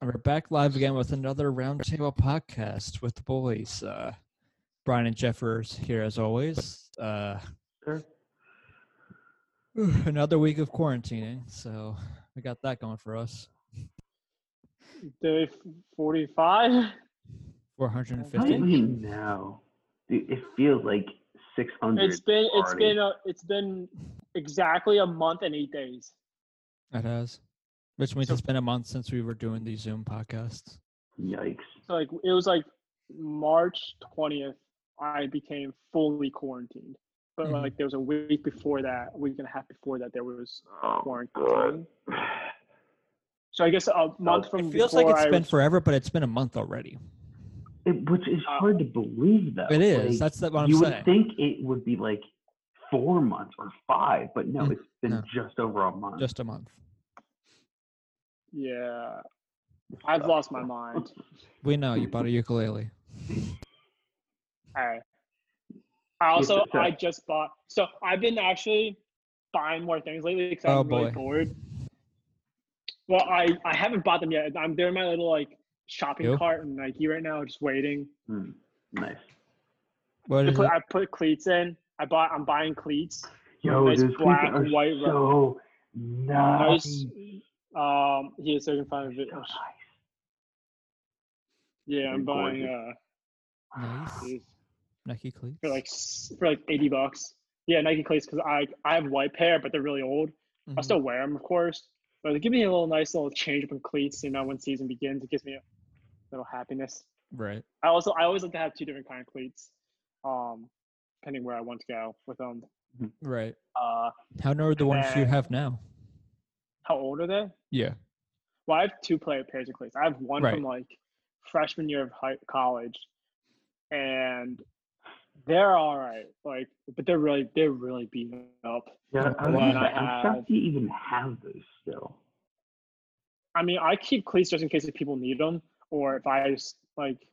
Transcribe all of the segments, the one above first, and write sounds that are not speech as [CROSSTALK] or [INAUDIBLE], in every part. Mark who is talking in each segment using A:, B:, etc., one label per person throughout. A: We're back live again with another Roundtable podcast with the boys. Uh, Brian and Jeffers here as always. Uh,
B: Sure.
A: Whew, [SIGHS] Another week of quarantining, so we got that going for us.
C: Day forty-five.
A: 450.
B: I don't even know. Dude, it feels like 600.
C: It's been it's
B: already.
C: been a, it's been exactly a month and eight days.
A: It has. Which means
C: So-
A: it's been a month since we were doing these Zoom podcasts.
B: Yikes.
C: So like it was like March twentieth. I became fully quarantined, but
B: Mm-hmm.
A: Mhm.
C: like there was a week before that, a week and a half before that, there was
B: Oh,
C: quarantine. So I guess a month from
A: It feels like
C: before
A: it's
C: I
A: been
C: was-
A: forever, but it's been a month already.
B: It, which is
C: Uh,
B: hard to believe, though.
A: It is.
B: Like,
A: That's that what I'm
B: you
A: saying.
B: would think it would be like four months or five, but no,
A: Mm,
B: it's been
A: no.
B: just over a month.
A: Just a month.
C: yeah. I've lost my mind.
A: We know you bought a ukulele.
C: Alright. I also
B: so-
C: I just bought so I've been actually buying more things lately because
A: Oh,
C: I'm really
A: boy.
C: bored. Well, I I haven't bought them yet. I'm doing my little like shopping
A: Yo.
C: cart in Nike right now, just waiting.
B: Mm, nice.
A: What
C: I
A: is
C: put,
A: it?
C: I put cleats in. I bought I'm buying cleats.
B: Yo,
C: nice
B: those these
C: black,
B: are
C: white rubber.
B: so nice.
C: Nice. Um, yeah, so I can find a
B: So
C: video. Yeah, I'm
B: They're
C: buying
B: gorgeous.
C: uh
A: Nice.
C: these
A: Nike cleats.
C: for like s- for like 80 bucks. Yeah, Nike cleats because I I have white pair, but they're really old. I
A: Mhm.
C: still wear them, of course, but they give me a little nice little change up in cleats. You know, when season begins, it gives me a little happiness.
A: Right.
C: I also I always like to have two different kind of cleats, um, depending where I want to go with them.
A: Right.
C: Uh,
A: How know the ones you
C: then-
A: have now?
C: how old are they?
A: Yeah.
C: Well, I have two player pairs of cleats. I have one
A: Right.
C: from like freshman year of high, college, and they're all right. Like, but they're really they're really beaten up.
B: [SIGHS] Yeah, I
A: Wow.
B: was gonna say,
C: I
B: I'm shocked
C: have-
B: you even have those still.
C: I mean, I keep cleats just in case if people need them, or if I just like,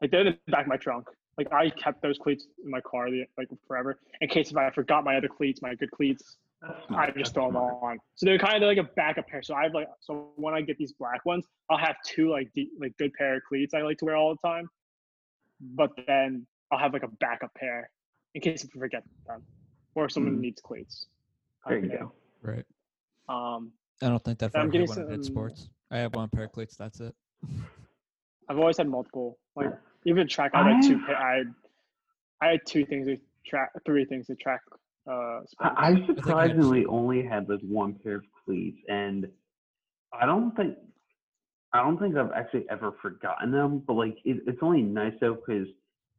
C: like they're in the back of my trunk. Like I kept those cleats in my car the- like forever in case if I forgot my other cleats, my good cleats,
B: That's
C: I
B: smart,
C: just
B: that's
C: throw them
B: smart.
C: all on. So they're kind of like a backup pair. So I have like, so when I get these black ones, I'll have two like de- like good pair of cleats I like to wear all the time, but then I'll have like a backup pair in case if I forget them, or if someone
B: Mm.
C: needs cleats.
B: There you
C: Okay.
B: go.
A: Right.
C: Um,
A: I don't think that for
C: I'm
A: everyone
C: getting
A: in
C: some-
A: sports. I have one pair of cleats. That's it.
C: I've always had multiple. Like
B: Yeah.
C: even track, I had two.
B: I've-
C: pa- I had, I had two things to track, three things to track. Uh,
B: I,
C: sports.
B: I
A: just-
B: surprisingly only had like one pair of cleats, and I don't think I don't think I've actually ever forgotten them. But like, it, it's only nice though because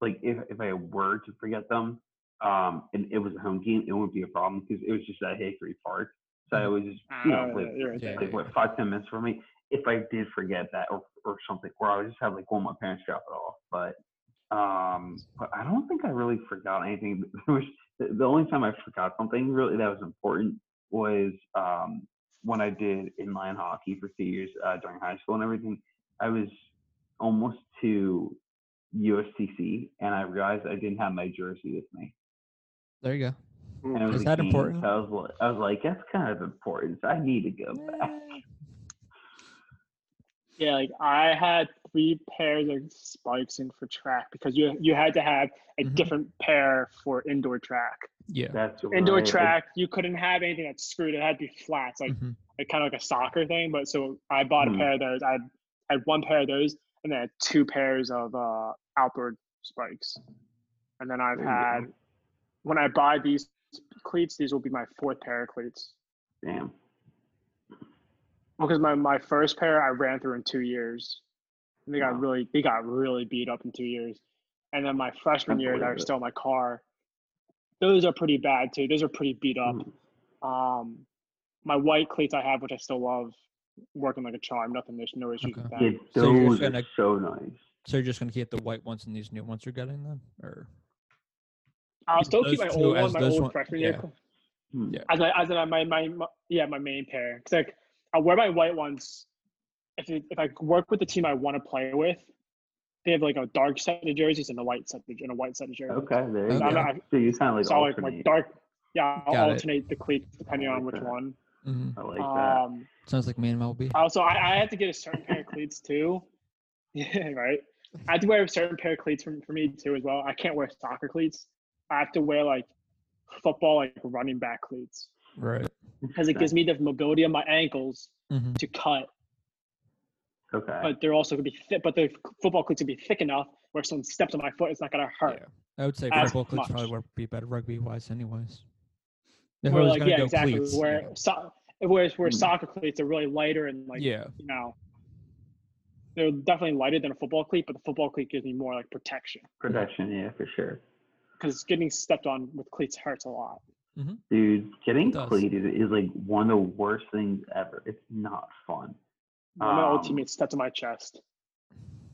B: like if if I were to forget them, um, and it was a home game, it wouldn't be a problem because it was just at Hickory Park, so I was just you know
C: Uh,
B: like,
C: you're right
A: yeah,
C: there.
B: like what five ten minutes from me. If I did forget that or or something, or I would just have like one of my parents drop it off, but. Um, but I don't think I really forgot anything. [LAUGHS] There was the, the only time I forgot something really that was important was um, when I did inline hockey for two years uh, during high school and everything. I was almost to USCC, and I realized I didn't have my jersey with me.
A: There you
B: And it was
A: Is
B: a
A: that
B: game,
A: important?
B: So I was, li- I was like, that's kind of important. So I need to go back.
A: go.
C: Yeah, like I had three pairs of spikes in for track because you you had to have a
B: Mm-hmm.
A: Mhm.
C: different pair for indoor track.
A: Yeah.
B: That's
C: Indoor
B: right. Mm.
C: track, you couldn't have anything that's screwed. It had to be flats, like
A: Mhm.
C: like kind of like a soccer thing. But so I bought a
B: Mhm.
C: pair of those. I had, I had one pair of those, and then I had two pairs of uh, outboard spikes. And then I've
B: There you
C: had
B: go.
C: when I buy these cleats, these will be my fourth pair of cleats.
B: Damn.
C: Well, because my, my first pair I ran through in two years, and they got
B: Wow.
C: really they got really beat up in two years. And then my freshman
B: Can't
C: year, that
B: believe
C: are
B: it.
C: still in my car. Those are pretty bad too. Those are pretty beat up.
B: Mm.
C: Um, my white cleats I have, which I still love, working like a charm. Nothing, there's no issues with
A: Okay.
C: that.
B: Yeah,
A: So you're
B: those
A: gonna-
B: are so nice.
A: So you're just gonna keep the white ones and these new ones you're getting then, or
C: I'll still keep my
A: Those two
C: old
A: as
C: one, my
A: those
C: old
A: one-
C: freshman
A: yeah.
C: year. cl-
B: Hmm.
A: Yeah.
C: As I, as I, my, my, my yeah, my main pair. Cause like I wear my white ones. If it, if I work with the team I want to play with, they have like a dark set of jerseys and a white set of, and a white set of jerseys.
B: Okay, there you
A: Okay.
B: go. So you sound like
C: so I like my
B: alternate.
C: dark. Yeah, I'll
A: Got it.
C: alternate the cleats depending on
B: like
C: which
B: that.
C: one.
A: Mhm.
B: I like that.
C: Um,
A: Sounds like me and MLB.
C: Also, I, I had to get a certain pair of cleats too. [LAUGHS] Yeah, right. I had to wear a certain pair of cleats for, for me too as well. I can't wear soccer cleats. I have to wear like football like running back cleats
A: Right.
C: because it gives me the mobility of my ankles
A: hmm
C: to cut.
B: Okay.
C: uh, But they're also gonna be thick. But the football cleats would be thick enough where if someone steps on my foot, it's not gonna hurt.
A: Yeah. I would say
C: As
A: football cleats probably
C: much.
A: would be better rugby wise, anyways. If I
C: Where,
A: was
C: like
A: gonna
C: yeah,
A: go
C: exactly.
A: cleats,
C: where
A: yeah.
C: so, whereas where
B: Hmm.
C: soccer cleats are really lighter and like
A: yeah,
C: you know they're definitely lighter than a football cleat, but the football cleat gives me more like protection.
B: Protection, yeah, for sure.
C: because getting stepped on with cleats hurts a lot.
B: Dude, getting
A: It does.
B: cleated is like one of the worst things ever. It's not fun.
C: One of my old
B: Um,
C: teammates stepped on my chest.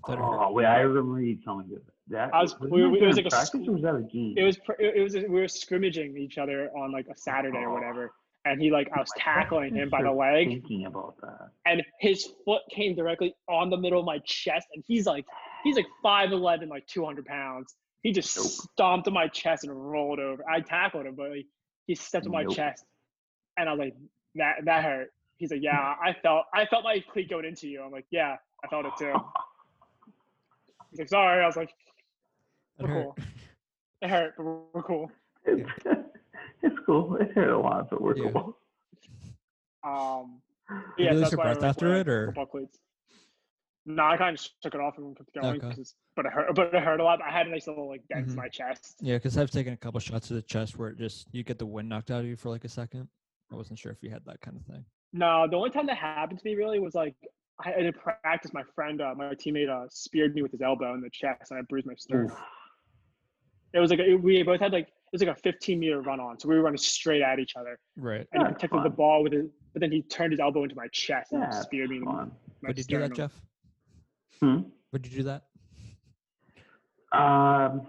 A: That hurt.
B: oh, wait, I remember you telling me that. that
C: I was-
B: wasn't
C: we-
B: that
C: we- it
B: during
C: was like a s-
B: practice or was that a game?
C: It was pr- it it was we were scrimmaging each other on like a Saturday or
B: Oh.
C: whatever, and he like I was
B: My
C: tackling him by the
B: goodness.
C: leg,
B: thinking about that.
C: and his foot came directly on the middle of my chest, and he's like he's like five eleven, like two hundred pounds. He just
B: Nope.
C: stomped on my chest and rolled over. I tackled him, but like, he stepped on my
B: Nope.
C: chest, and I was like that that hurt. He's like yeah, I felt I felt my cleat going into you. I'm like yeah, I felt it too. He's like sorry. I was like.
A: that
C: we're
A: hurt.
C: cool. It hurt, but we're, we're cool.
B: [LAUGHS] It's, [LAUGHS] it's cool. It hurt a lot, but we're
A: Yeah.
B: cool.
C: Um,
A: you
C: yeah, so
A: lose
C: that's
A: your
C: why I
A: breath
C: like
A: after
C: wearing
A: it, or-
C: football cleats. No, I kind of took it off and kept going.
A: Okay.
C: 'cause- But it hurt. But it hurt a lot. I had a nice little like dent
A: Mhm.
C: in my chest.
A: Yeah, because I've taken a couple shots to the chest where it just you get the wind knocked out of you for like a second. I wasn't sure if you had that kind of thing.
C: No, the only time that happened to me really was like I had in practice. My friend, uh, my teammate, uh, speared me with his elbow in the chest, and I bruised my sternum.
B: Oof.
C: It was like a, we both had like it was like a 15 meter run on, so we were running straight at each other,
A: Right.
C: and he
B: That's
C: protected the
B: fun.
C: ball with it. But then he turned his elbow into my chest and
B: Yeah,
C: speared me. in
B: Fun.
C: my
A: Would you do that,
C: sternum.
A: Jeff?
B: Hmm?
A: Would you do that?
B: Um,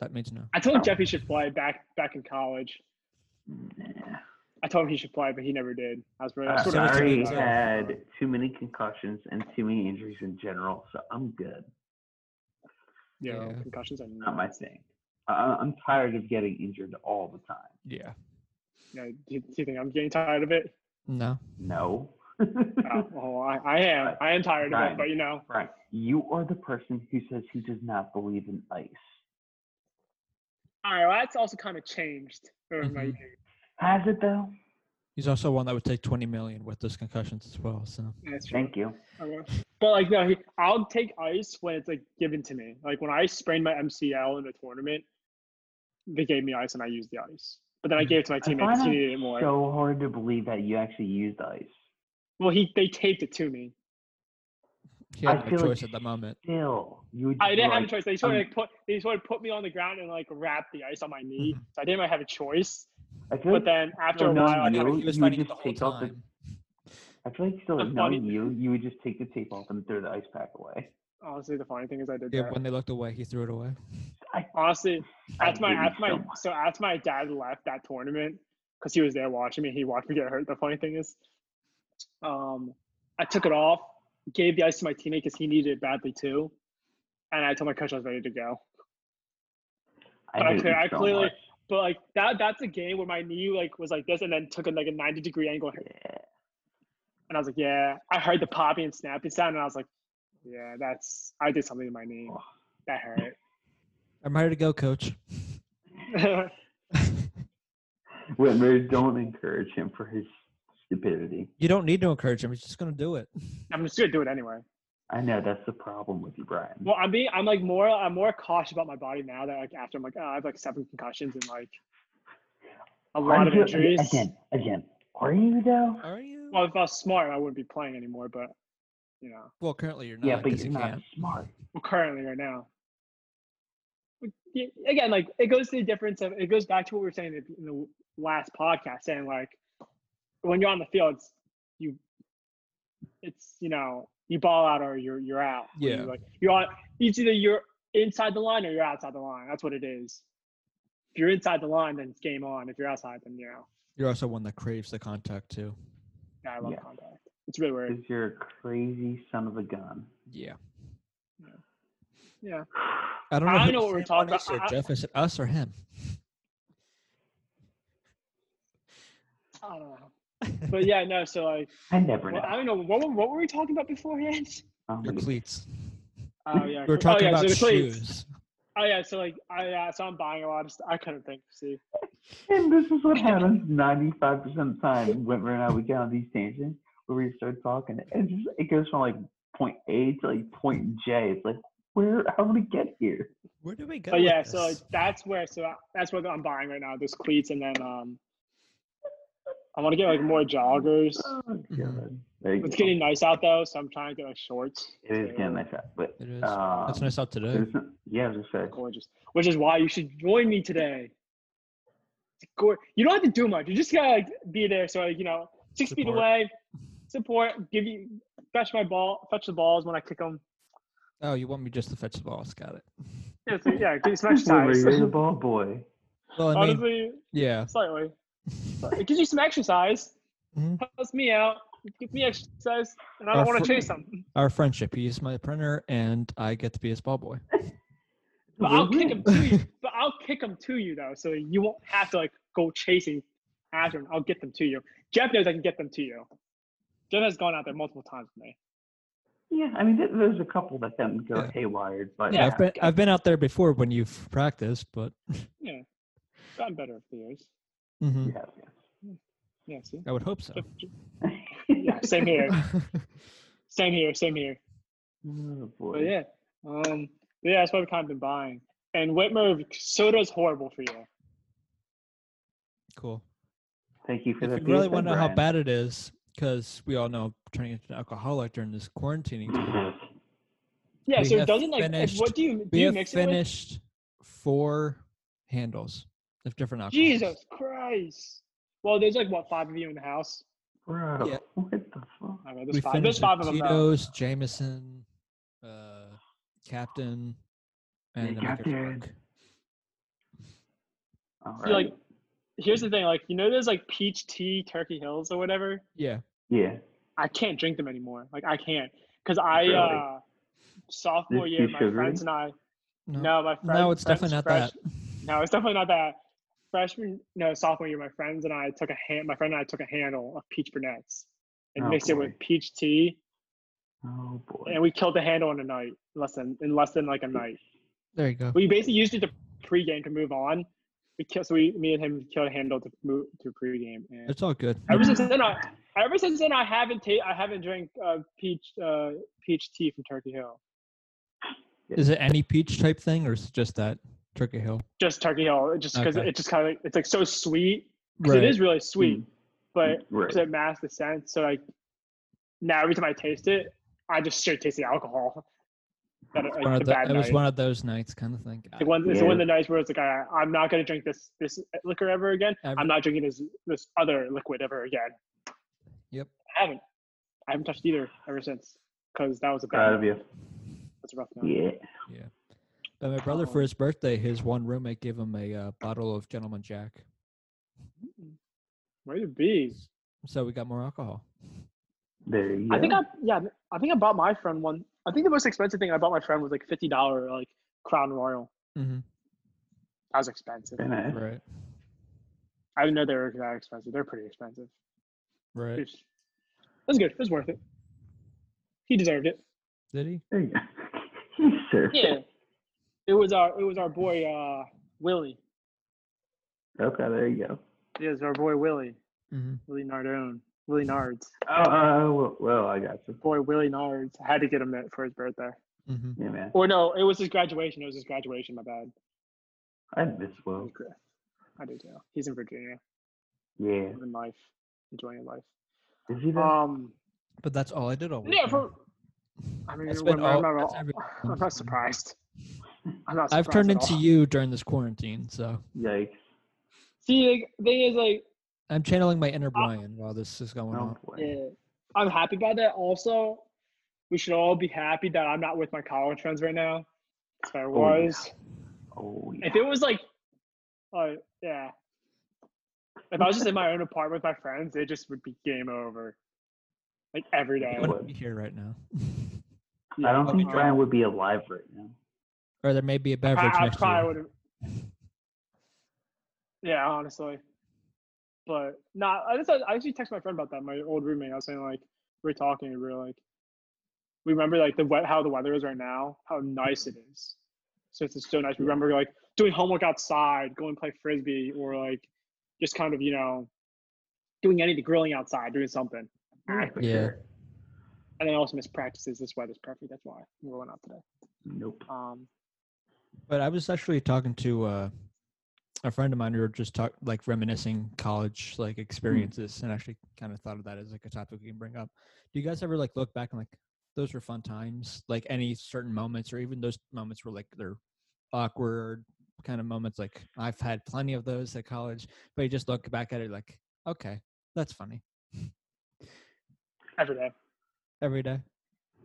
A: That means no.
C: I told
B: Oh.
C: Jeff he should play back back in college.
B: nah.
C: I told him he should play, but he never did. I was really
B: Uh,
C: I
B: I
A: sort
C: was sort of
A: of
B: already
A: excited.
B: had too many concussions and too many injuries in general, so I'm good.
C: you know,
A: Yeah.
C: concussions are
B: Not
C: not
B: my thing. I, I'm tired of getting injured all the time.
A: Yeah.
C: You know, do, you, do you think I'm getting tired
B: [LAUGHS]
C: of it?
A: No.
B: No.
C: Oh, well, I, I am. I am tired of
B: Ryan.
C: it, but you know,
B: Right. You are the person who says he does not believe in ice.
C: all right. Well, that's also kind of changed over my
A: Mhm.
C: years.
B: Has it though?
A: He's also one that would take 20 million with those concussions as well. So
C: That's true.
B: Thank you.
C: Okay. But like, no, he, I'll take ice when it's like given to me. Like when I sprained my MCL in a tournament, they gave me ice and I used the ice. But then I
A: Mhm.
C: gave it to my teammate. 'cause He
B: find
C: needed it more.
B: So hard to believe that you actually used ice.
C: Well, he they taped it to me.
A: he
B: I
A: had no
B: feel like
A: choice at the moment.
B: Still, you. would
C: I didn't have a
B: like-
C: choice. They sort of
B: um,
C: like put they sort of put me on the ground and like wrap the ice on my knee.
A: Mhm.
C: So I didn't really have a choice.
B: I feel
C: But
B: like,
C: then after a
B: Mm-hmm. Oh, no,
C: while, I
A: He
B: you-
C: kinda-
A: was- he was
B: you
A: fighting it
B: just
A: the
B: take
A: whole
B: out the-
A: time.
B: I feel like still
C: the
B: knowing
C: funny-
B: you, you would just take the tape off and throw the ice pack away.
C: honestly, the funny thing is I did
A: Yeah,
C: that.
A: when they looked away, he threw it away.
C: honestly,
B: I
C: after my
B: hate you
C: after
B: so
C: my
B: much.
C: so after my dad left that tournament because he was there watching me, he watched me get hurt. The funny thing is, um, I took it off, gave the ice to my teammate because he needed it badly too, and I told my coach I was ready to go.
B: I,
C: but I
B: hate
C: clear-
B: you
C: I
B: so
C: clearly-
B: much.
C: But like that—that's a game where my knee like was like this, and then took a, like a ninety degree angle
B: Yeah.
C: And I was like, yeah. I heard the popping and snapping sound, and I was like, yeah, that's I did something to my knee.
B: Oh.
C: That
A: I'm ready to go, coach. [LAUGHS]
C: hurt. [LAUGHS]
B: Whitmer, don't encourage him for his stupidity.
A: You don't need to encourage him. He's just going to do it.
C: I'm just gonna do it anyway.
B: I know that's the problem with you, Brian.
C: Well, I'm being, I'm like more, I'm more cautious about my body now that like after I'm like, oh, I have like seven concussions and like a
B: Are
C: lot of
B: you-
C: injuries.
B: Again, again. Are you though?
A: Are you?
C: Well, if I was smart, I wouldn't be playing anymore. But you know,
A: Well, currently you're not.
B: yeah, but
A: 'cause
B: you're
A: you
B: not
A: can't.
B: smart.
C: well, currently right now. But y- Again, like it goes to the difference of it goes back to what we were saying in the last podcast, saying like when you're on the field, it's, you it's you know you ball out or you're you're out. Or you,
A: Yeah.
C: like you're on. It's either you're inside the line or you're outside the line. That's what it is. If you're inside the line, then it's game on. If you're outside, then you know
A: You're also one that craves the contact, too.
C: yeah, I love
B: Yeah. Mm.
C: contact. It's really weird.
B: Because you're a crazy son of a gun.
A: Yeah.
C: Yeah.
A: I don't know.
C: I
A: who
C: know
A: to
C: what
A: say
C: we're
A: on
C: talking
A: this here,
C: about. I-
A: Jeff, is it us or him?
C: I don't know. But yeah, no. So like,
B: I never know.
C: well, I don't know what were- what were we talking about beforehand?
B: Um,
A: Your cleats.
C: Oh yeah,
A: We were
C: cl-
A: talking
C: oh, yeah,
A: about
C: so the cleats.
A: shoes.
C: Oh yeah, so like, I yeah, so I'm buying a lot of. St- I couldn't think. See,
B: and this is what happens 95% of the time when we and I we get on these tangents where we start talking. It just it goes from like point A to like point J. It's like where how did we get here?
A: Where do we go?
C: but Oh, yeah,
A: with
C: so like,
A: this?
C: that's where. So I- that's what I'm buying right now. Those cleats, and then um, I want to get like more joggers.
B: Oh,
A: Mhm.
B: God. There you
C: It's
B: go.
C: getting nice out though, so I'm trying to get like shorts.
B: It is
C: So-
B: getting that shot, but
A: It is.
B: um,
A: That's what I saw
C: Uh,
A: today.
B: there's no- yeah, just say
C: gorgeous. Which is why you should join me today. It's gor- you don't have to do much. You just gotta like, be there. So like, you know, six feet
A: Support.
C: away, support. Give you fetch my ball, fetch the balls when I kick them.
A: Oh, you want me just to fetch the balls? Got it.
C: Yeah, so, yeah, give
A: [LAUGHS]
C: you some exercise.
B: you're the ball boy.
A: Well, I mean,
C: Honestly,
A: yeah.
C: slightly. But It gives you some exercise.
A: Mhm.
C: Helps me out. Gives me exercise, and I
A: Our
C: don't want
A: fr-
C: to chase them.
A: Our friendship. He's my printer, and I get to be his ball boy.
C: But I'll kick them
B: Win-win.
C: to you. But I'll kick them to you though, so you won't have to like go chasing after them. I'll get them to you. Jeff knows I can get them to you. Jeff has gone out there multiple times with me.
B: Yeah, I mean th- there's a couple that then go
A: Yeah.
B: haywired, but
A: I've been I've been out there before when you've practiced, but
C: Yeah, gotten better over the years.
A: Mhm.
B: yeah,
C: Yeah, see.
A: I would hope so.
C: Jeff- Jeff-
B: yeah.
C: Yeah, same here. Same here. Same here.
B: [LAUGHS] Oh, boy.
C: But yeah, um, but yeah, that's what I've kind of been buying. And Whitmer soda's horrible for you.
A: [LAUGHS] cool.
B: Thank you for
A: If
B: that.
A: you really
B: PSA,
A: want to know how
B: Brian.
A: bad it is, because we all know turning into an alcoholic during this quarantining time.
C: Yeah,
A: We
C: so
A: have
C: it doesn't like. if-
A: finished-
C: What do you do?
A: We
C: You
A: have
C: mix it with?
A: finished four handles of different alcohols.
C: Jesus Christ! Well, there's like what five of you in the house.
B: [LAUGHS] Bro,
A: Yeah.
B: what the fuck?
C: I don't know,
A: We
C: there's five. There's
A: finished
C: five of
A: with
C: them. though.
A: Tito's, Jameson, uh, Captain, and then
B: Captain.
A: Drunk.
B: All
C: See, like
B: right.
C: here's the thing like you know there's like peach tea turkey hills or whatever
A: Yeah.
B: yeah,
C: i can't drink them anymore like i can't because i
B: Really?
C: uh sophomore
B: They're
C: year
B: too
C: my
B: sugary?
C: friends and i
A: No.
C: no, my friends
A: No, it's definitely not that. [LAUGHS]
C: no it's definitely not that freshman no sophomore year my friends and i took a hand my friend and i took a handle of peach brunettes and
B: Oh,
C: mixed it with
B: boy.
C: peach tea
B: oh boy.
C: and we killed the handle in a night less than in less than like a night
A: There you go.
C: we basically used it to pregame to move on we killed so we me and him killed a handle to move to pregame and
A: It's all good.
C: Ever since then, I ever since then I haven't ta- I haven't drank uh, peach uh, peach tea from Turkey Hill.
A: Is it any peach type thing, or is it just that Turkey Hill?
C: Just Turkey Hill, just because
A: Okay.
C: it just kind of it's like so sweet. 'cause It is really
B: Mm.
C: sweet, but
B: right.
C: does it mask the scent? So like now every time I taste it, I just straight taste the alcohol. That it,
A: One
C: like,
A: of
C: the
A: the-
C: bad
A: it was
C: night.
A: one of those nights, kind of thing.
C: It's like one, it's
B: Yeah.
C: one of the nights where it's like I, I'm not gonna drink this this liquor ever again.
A: Ever.
C: I'm not drinking this this other liquid ever again.
A: Yep.
C: I haven't. I haven't touched either ever since because that was a bad.
B: Proud of you.
C: That's a rough night.
B: Yeah.
A: But my brother,
C: Oh.
A: for his birthday, his one roommate gave him a uh, bottle of Gentleman Jack,
C: Way to be.
A: so we got more alcohol.
B: There you
C: I think
B: go.
C: I yeah, I think I bought my friend one. I think the most expensive thing I bought my friend was like fifty dollar like Crown Royal.
A: hmm
C: That was expensive.
B: Very nice.
A: Right,
C: I didn't know they were that expensive. They're pretty expensive.
A: right.
C: Oof. That's good. That's worth it. He deserved it.
A: Did he?
B: There you go. [LAUGHS] Yes, sir.
C: Yeah. It was our it was our boy uh Willie.
B: Okay, there you go.
C: Yeah, it was our boy Willie.
A: Mm-hmm.
C: Willie Nardone. Willie Nards.
B: Oh, uh, well, well, I got you.
C: Boy Willie Nards. I had to get him that for his birthday.
A: Mm-hmm.
B: Yeah, man.
C: Or no, it was his graduation. It was his graduation, my bad.
B: I miss Will.
C: I do too. He's in Virginia.
B: Yeah.
C: living life, enjoying life.
B: Is he there?
C: Um,
A: But that's all I did all week.
C: yeah, for, I mean,
A: That's
C: we're-
A: been
C: I'm,
A: all-
C: not, at
A: that's
C: all-
A: every-
C: [LAUGHS] I'm not surprised. I'm not. Surprised
A: I've turned
C: at
A: into
C: all.
A: you during this quarantine, so
B: Yikes.
C: See, like, thing is, like,
A: I'm channeling my
C: Ah.
A: inner Brian while this is going
B: Oh,
A: on.
B: boy.
C: yeah, I'm happy about that. Also, we should all be happy that I'm not with my college friends right now. If I
B: yeah.
C: was,
B: Oh, yeah.
C: if it was like, oh yeah, if I was just in my own apartment with my friends, it just would be game over, like every day.
A: I
B: What-
A: wouldn't be here right now. [LAUGHS]
B: I
A: I'll
B: don't think
A: be
B: Brian would be alive right now.
A: or there may be a
C: I,
A: beverage
C: I
A: next
C: probably
A: year.
C: would have. Yeah, honestly. But nah, I just I actually texted my friend about that, my old roommate. I was saying like we were talking, we were like, we remember like the wet how the weather is right now, how nice it is. So it's just so nice. We remember like doing homework outside, going play frisbee, or like just kind of you know doing anything, grilling outside, doing something.
B: Yeah, for
A: Yeah.
B: sure.
C: And then I also miss practices. This weather's perfect. That's why we went out today.
B: Nope.
C: Um,
A: But I was actually talking to uh, a friend of mine who were just talk like reminiscing college like experiences, and actually kind of thought of that as like a topic we can bring up. Do you guys ever like look back and like those were fun times? Like any certain moments, or even those moments where like they're awkward kind of moments. Like I've had plenty of those at college, but you just look back at it like, okay, that's funny
C: every day.
A: every day.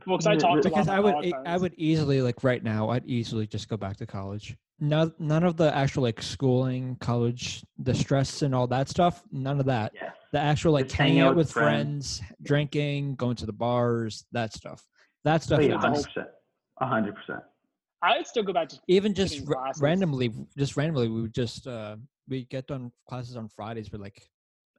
C: Well, because I
B: Yeah,
C: talked a lot.
A: because I
C: about
A: would
C: college
A: e- I
C: times.
A: would easily like right now I'd easily just go back to college. No, none of the actual like schooling, college, the stress and all that stuff. None of that.
B: Yes.
A: The actual like
B: Just
A: hanging out with friends, drinking, going to the bars, that stuff. That stuff.
B: Oh, yeah,
A: is nice.
B: 100%. 100%.
C: I would still go back to
A: Even just
C: Taking
A: ra-
C: classes.
A: randomly, just randomly, we would just uh, we get done classes on Fridays. But like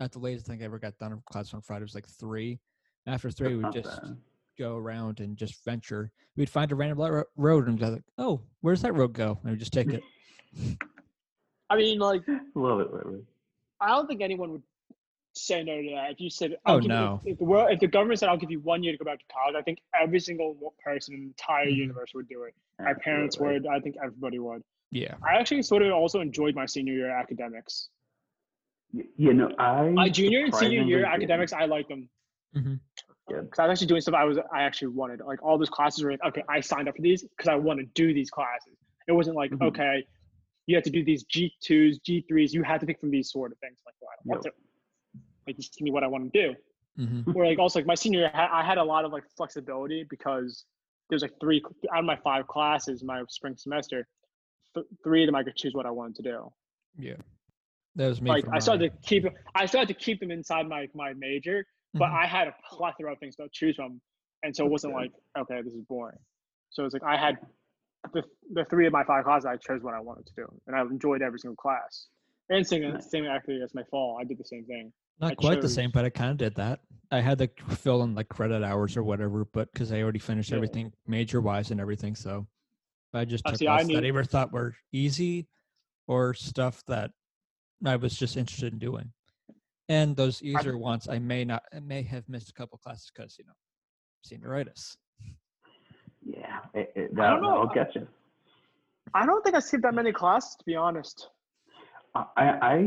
A: at the latest thing I ever got done of class on Friday was like three. After three, we
B: Not
A: would just
B: bad.
A: go around and just venture. We'd find a random lo- road and be like, "Oh, where's that road go?" And we just
C: Mm-hmm.
A: take it.
C: I mean, like,
B: Love it, Whitworth.
C: I don't think anyone would say no to that. If you said,
A: Oh,
C: I'll give you-
A: no.
C: if, if the world, if the government said, "I'll give you one year to go back to college," I think every single wo- person in the entire
A: Mhm.
C: universe would do it. Our parents
B: Absolutely.
C: would. I think everybody would.
A: Yeah,
C: I actually sort of also enjoyed my senior year academics.
B: Y- You know, I.
C: My junior and
B: Mm-hmm. surprisingly
C: senior
B: Mm-hmm.
C: year
B: didn't.
C: academics, I liked them
A: Mhm.
B: Good.
C: because I was actually doing stuff I was I actually wanted. Like all those classes were like, okay, I signed up for these because I want to do these classes. It wasn't like,
B: Mhm.
C: okay, you have to do these G twos, G threes. You have to pick from these sort of things. Like, well, I don't want
B: Yep.
C: to. Like, just give me what I want to do.
A: hmm
C: Where like also like my senior year, I had- I had a lot of like flexibility because there's like three out of my five classes my spring semester, th- three of them I could choose what I wanted to do.
A: that was me.
C: Like
A: for
C: I still had
A: mine.
C: to keep I still had to keep them inside my my major, but
A: Mhm.
C: I had a plethora of things to choose from, and so it wasn't like okay, this is boring. So it's like I had the the three of my five classes. I chose what I wanted to do, and I enjoyed every single class. And singing,
B: Nice.
C: same actually as my fall, I did the same thing.
A: not
C: I
A: quite the
C: chose-
A: same, but I kind of did that. I had to c- fill in like credit hours or whatever, but because I already finished
C: Yeah.
A: everything major wise and everything, so I just
C: Oh,
A: took
C: see, I
A: ones that I
C: knew-
A: ever thought were easy or stuff that I was just interested in doing. And those easier ones, I may not, I may have missed a couple classes because you know, senioritis.
B: Yeah, it, it,
C: I don't
B: that,
C: know.
B: that'll get you.
C: I don't think I skipped that many classes, to be honest.
B: I, I,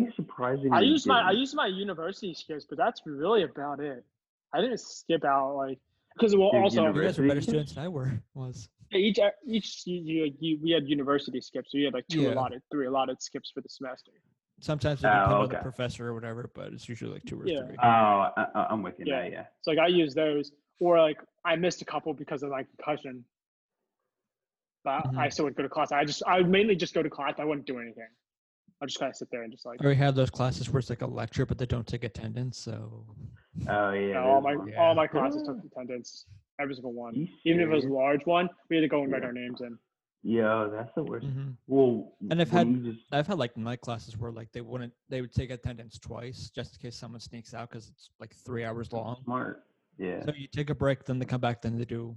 B: I surprisingly.
C: I used my I
B: didn't.
C: used my university skips, but that's really about it. I didn't skip out like because well
B: Your
C: also
A: You guys were better
B: University?
A: students than I were. Was
C: each uh, each you, you, you we had university skips, so you had like two
A: Yeah.
C: allotted, three allotted skips for the semester.
A: sometimes it
B: Oh,
A: depends on the
B: okay.
A: professor or whatever, but it's usually like two or
C: Yeah.
A: three.
B: Oh, I, I- I'm with you now.
C: Yeah.
B: Yeah.
C: So like I used those, or like I missed a couple because of my concussion. But I
B: Mm-hmm.
A: Mhm.
C: still would go to class. I just I would mainly just go to class. I wouldn't do anything. I would just kind of sit there and just like
A: Or we have those classes where it's like a lecture, but they don't take attendance, so
B: Oh
C: you
B: yeah.
C: know, all my
B: there's one.
A: Yeah.
C: all my classes took
B: Yeah.
C: attendance, every single one.
B: You
C: Even if it was a
B: serious?
C: large one, we had to go and write
B: Yeah.
C: our names in.
B: Yo, that's the worst.
A: Mhm.
B: Well,
A: And I've
B: when
A: had-
B: you just,
A: I've had like night classes where like they wouldn't they would take attendance twice just in case someone sneaks out because it's like three hours long.
B: smart. Yeah,
A: So you take a break, then they come back, then they do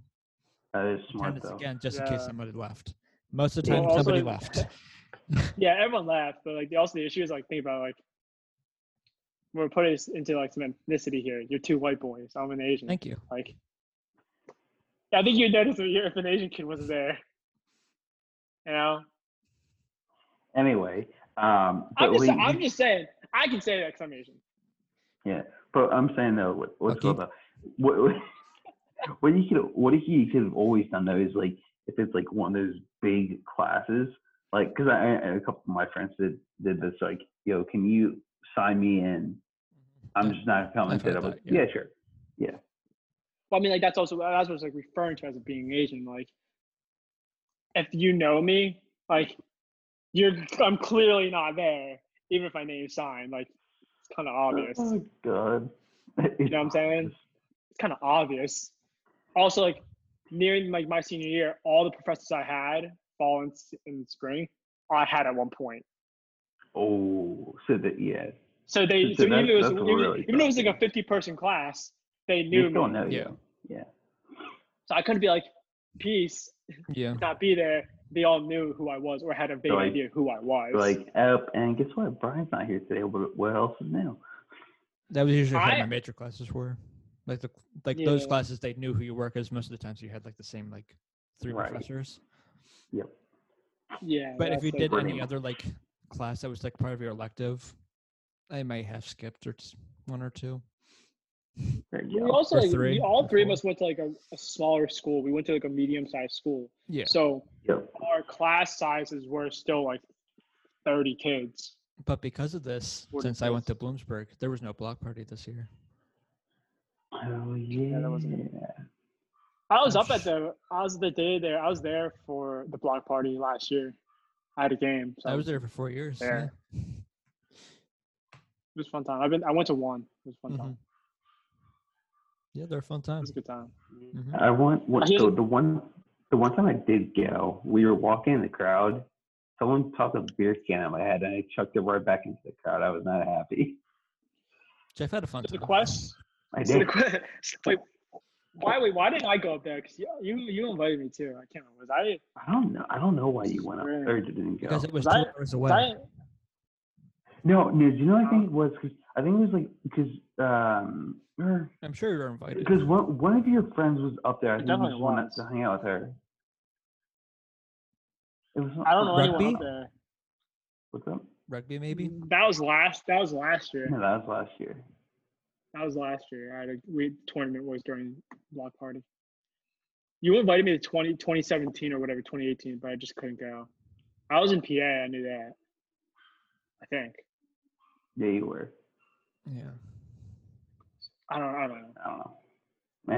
B: that is smart
A: attendance
B: though.
A: again just in case
C: Yeah.
A: somebody left. Most of the
B: Yeah.
A: time,
C: Well, also- [LAUGHS]
A: somebody left.
C: Yeah, everyone laughed, but like the, also the issue is like think about like we're putting this into like some ethnicity here. You're two white boys. I'm an Asian.
A: Thank you.
C: Like, I think you'd notice if, you if an Asian kid wasn't there. You know,
B: Anyway, um, but
C: I'm just,
B: we,
C: I'm just saying, I can say that 'cause I'm Asian.
B: but I'm saying though, what, what's
A: Okay.
B: okay. though? What, what, [LAUGHS] what you could, what you could have always done though is like if it's like one of those big classes, like because I, I- a couple of my friends did did this, like, yo, can you sign me in? I'm just not
A: Mm-hmm.
B: coming.
A: I've
B: to it.
A: heard
B: I'm
A: that,
B: like,
A: yeah.
B: yeah, sure.
C: Well, I mean, like that's also that's what I was like referring to as being Asian. Like, if you know me, like you're, I'm clearly not there, even if my name is signed. Like, it's kind of obvious.
B: Oh god. [LAUGHS] You
C: know what I'm saying? it's kind of obvious. Also, like nearing like my senior year, all the professors I had fall and, s- and spring, I had at one point.
B: Oh, so that yeah.
C: So they,
B: Dude,
C: so
B: that-
C: even, if it was,
B: that's
C: even,
B: really
C: even if it was like a 50 person class, they
B: You
C: knew
B: still
C: me.
B: know
A: Yeah.
B: you.
C: So I couldn't be like, peace,
A: Yeah.
C: not be there. They all knew who I was or had a vague
B: like-
C: idea who I was.
B: You're like, up, and guess what? Brian's not here today, but what else is new?
A: That was usually how
C: I-
A: my major classes were. Like the like those
C: Yeah.
A: classes they knew who you were because most of the times you had like the same like three
B: Right.
A: professors.
C: yeah.
A: But if
C: that's
A: you
C: it.
A: did
B: Brilliant.
A: any other like class that was like part of your elective, I may have skipped or t- one or two.
B: There
C: We
B: you go.
C: also
A: Or
C: like,
A: three,
C: we, all
A: or
C: three of
A: four.
C: us went to like a, a smaller school. We went to like a medium sized school.
A: Yeah.
C: So
B: Yep.
C: our class sizes were still like 30 kids.
A: But because of this,
C: What
A: since
C: is
A: I went to
C: this?
A: Bloomsburg, there was no block party this year.
B: Oh yeah.
C: that wasn't I was
A: Oh,
C: up at
A: sh-
C: the I was the day there. I was there for the block party last year. I had a game. So
A: I was there for four years. Yeah.
C: there. It was a fun time. I've been I went to one. It was a fun
A: Mhm.
C: time.
A: Yeah, they're a fun
C: It
A: time.
C: was a good time.
A: Mhm.
B: I want what,
C: Here's-
B: so the one the one time I did go, we were walking in the crowd. Someone tossed a beer can at my head, and I chucked it right back into the crowd. I was not happy. [LAUGHS]
A: Jeff had a fun
C: So the
A: time.
C: quest.
B: I
C: So the
B: did.
C: quest. [LAUGHS] Wait, why wait? Why didn't I go up there? Because you, you you invited me too. I can't remember. Was I?
B: I don't know. I don't know why you went up
C: Right.
B: there. You didn't go.
A: Because it was two
C: Was I-
A: hours
C: was
A: away.
B: No, no. Do you know? what I
C: Um,
B: think it was because I think it was like because um or
A: I'm sure you were invited.
B: because one one of your friends was up there. I
C: It
B: think you
C: definitely
B: just went up
C: was.
B: to hang out with her. It was.
C: I, I don't know anyone
A: Rugby?
C: up there.
B: What's up?
A: Rugby, maybe?
C: That was last. That was last year.
B: No, that was last year.
C: That was last year. I had a we tournament was during block party. You invited me to 20, 2017 or whatever, 2018, but I just couldn't go. I was in PA, I knew that. I think.
B: Yeah, you were.
A: Yeah.
C: I don't I don't know.
B: I don't know.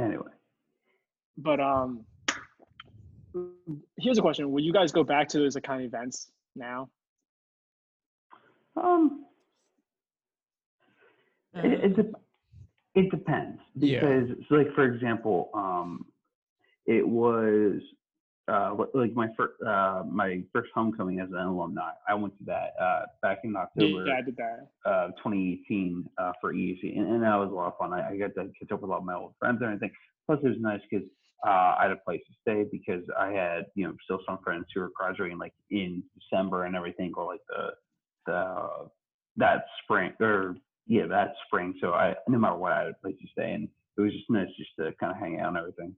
B: Anyway,
C: But um here's a question. Will you guys go back to those kind of events now?
B: um, it, it,
A: Uh,
B: dep- it depends
A: Yeah.
B: because so like for example um it was uh li- like my first uh my first homecoming as an alumni i went to that uh back in october
C: Yeah, I did that.
B: uh 2018 uh for EEC and, and that was a lot of fun I, I got to catch up with a lot of my old friends and everything plus it was nice because uh i had a place to stay because i had you know still some friends who were graduating like in december and everything or like the the that spring or yeah that spring so i no matter what i had a place to stay and it was just nice just to kind of hang out and everything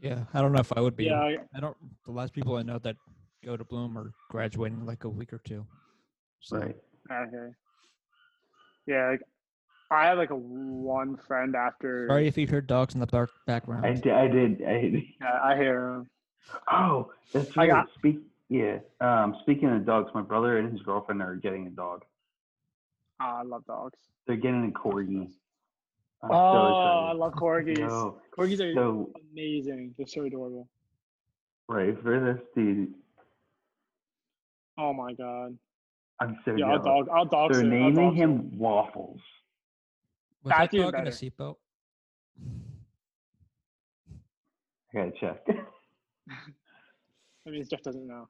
A: yeah. I don't know if I would be.
C: Yeah, I-
A: I don't. The last people I know that go to Bloom are graduating in like a week or two. So
B: right
C: okay. Yeah, like, I had like a one friend after
A: sorry if you heard dogs in the bar- background.
B: i did i did, I did. [LAUGHS]
C: Yeah, I hear him.
B: oh that's
C: I
B: right
C: got-
B: speak yeah um speaking of dogs my brother and his girlfriend are getting a dog
C: Ah, I love dogs.
B: They're getting a corgi. I'm so
C: Oh, I
B: excited.
C: love corgis.
B: No.
C: Corgis are
B: So,
C: amazing. They're so adorable.
B: right for this, dude,
C: Oh my god.
B: I'm so
C: Yeah, I'll
B: jealous.
C: dog. I'll dog.
B: They're
C: sit, I'll
B: naming
C: dog sit.
B: him Waffles.
A: Was that
C: that's even
A: dog in a
C: better.
A: seatbelt?
B: I gotta check. [LAUGHS]
C: That means Jeff doesn't know.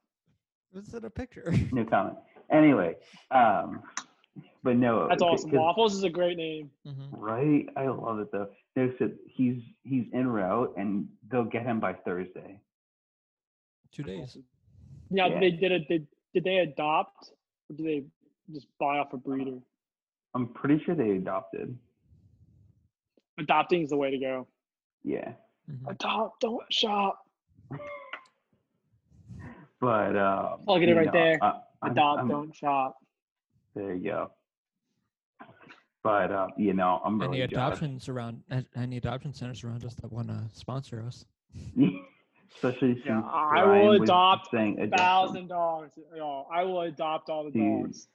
A: Was it a picture?
B: no comment. Anyway, um, but no,
C: That's
B: c-
C: awesome.
B: 'cause-
C: Waffles is a great name.
A: Mhm.
B: Right, I love it though. No, so he's he's en route, and they'll get him by Thursday.
A: Two
C: Oh,
A: days.
C: Now
B: Yeah.
C: they did it. Did, did they adopt? Or did they just buy off a breeder?
B: I'm pretty sure they adopted.
C: Adopting is the way to go.
B: Yeah,
A: Mhm.
C: Adopt. Don't shop.
B: but um,
C: Plug it in
B: you
C: right
B: know,
C: there.
B: I- I'm-
C: Adopt.
B: I'm-
C: don't shop.
B: There you go. But uh, you know, I'm really
A: Any
B: jealous.
A: adoptions around? a- Any adoption centers around us that want to sponsor us?
B: [LAUGHS] Especially since
C: Yeah, I will
B: Brian was
C: adopt
B: saying adopt them.
C: Thousand dogs. Yo, I will adopt all the
B: Dude,
C: dogs.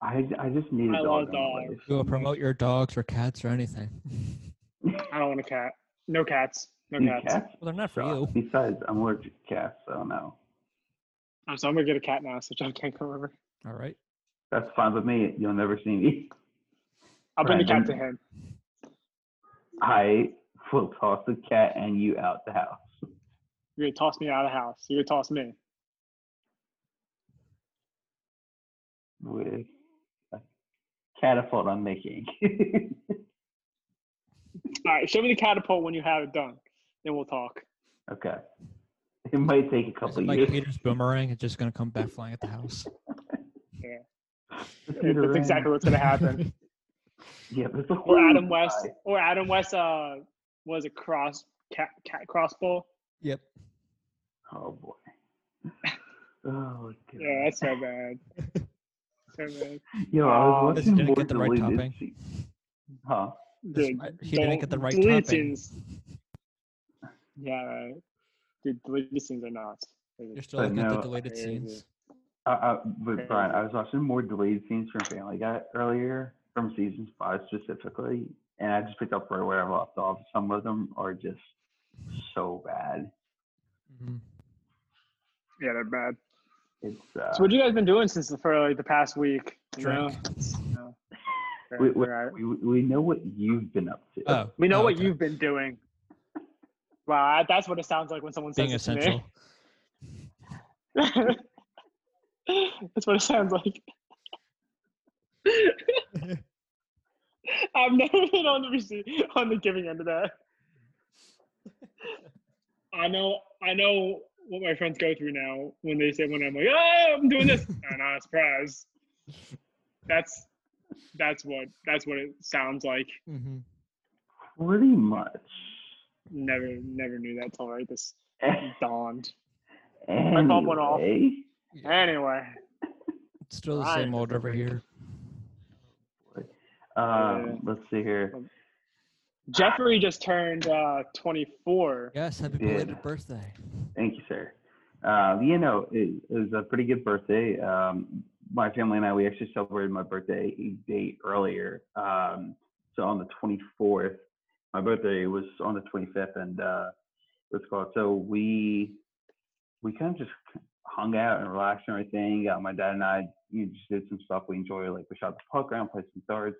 B: I, I just need a
C: I
B: dog.
C: love
B: on my
C: dogs.
A: We
B: list.
A: will promote your dogs or cats or anything. [LAUGHS]
C: I don't want a cat. No cats. No
B: Dude,
C: cats.
B: cats
A: well, they're not for you.
B: suck. Besides, I'm allergic to cats, so no.
C: I'm so I'm gonna get a cat now, so John can't come over.
A: All right.
B: That's fine with me. You'll never see me. [LAUGHS]
C: I'll bring the
B: Brandon.
C: cat to him.
B: I will toss the cat and you out the house.
C: You're gonna toss me out of the house. You're gonna toss me.
B: With catapult I'm making.
C: All right, show me the catapult when you have it done, then we'll talk.
B: [LAUGHS] okay. It might take
A: Is
B: a
A: it
B: couple
A: like [LAUGHS]
B: years.
A: Peter's boomerang, it's just gonna come back flying at the house.
C: It- That's exactly what's gonna happen. [LAUGHS]
B: Yeah, there's a
C: Or
B: whole
C: Adam West,
B: guy.
C: or Adam West, uh, was it cross cat cat crossbow?
A: [LAUGHS] yep.
B: Oh boy. [LAUGHS] Oh god.
C: Yeah, that's so bad. so
A: [LAUGHS]
C: bad,
B: Yo, I was
C: Um,
B: watching
A: Didn't
B: more
A: get the right
B: deleted
A: topping.
B: scenes. Huh?
A: This
C: dude.
A: might- he didn't
C: don't-
A: get the right
C: deleted
A: topping.
C: scenes- [LAUGHS] Yeah, right. dude, deleted scenes are nuts.
A: You're still
B: But
A: looking at the
B: no,
A: deleted
C: yeah,
A: scenes.
B: I, I, but Brian, I was watching more deleted scenes from Family Guy earlier, from season five specifically, and I just picked up right where I left off. Some of them are just so bad.
A: Mhm.
C: Yeah, they're bad.
B: It's uh,
C: So what you guys been doing since the, for like the past week? you know?
A: Drink.
C: It's,
B: [LAUGHS]
C: you know,
B: we, we,
C: we're- we're all right.
B: we, we know what you've been up to.
A: Oh,
C: We know
A: oh,
C: what
A: okay.
C: you've been doing. Wow, I- that's what it sounds like when someone says
A: being
C: it to me.
A: essential.
C: [LAUGHS] that's what it sounds like. [LAUGHS] I've never been on the receive, on the giving end of that. [LAUGHS] I know, I know what my friends go through now when they say when I'm like, oh, I'm doing [LAUGHS] this, and not a surprise. That's that's what that's what it sounds like.
A: hmm
B: Pretty much. [LAUGHS]
C: Never, never knew that till right this
B: I
C: dawned. thought went off.
B: anyway,
C: Anyway,
A: It's still the
C: I
A: same old over
C: disagree.
A: here.
B: um, let's see here.
C: Jeffrey just turned uh, 24.
A: Yes, happy
B: Yeah.
A: belated birthday.
B: Thank you, sir. Uh, you know, it, it was a pretty good birthday. Um, my family and I, we actually celebrated my birthday a day earlier. Um, so on the 24th, my birthday was on the 25th, and uh, what's it called. So we we kind of just hung out and relaxed and everything. Uh, my dad and I you know, just did some stuff we enjoy, like we shot the puck around, played some darts,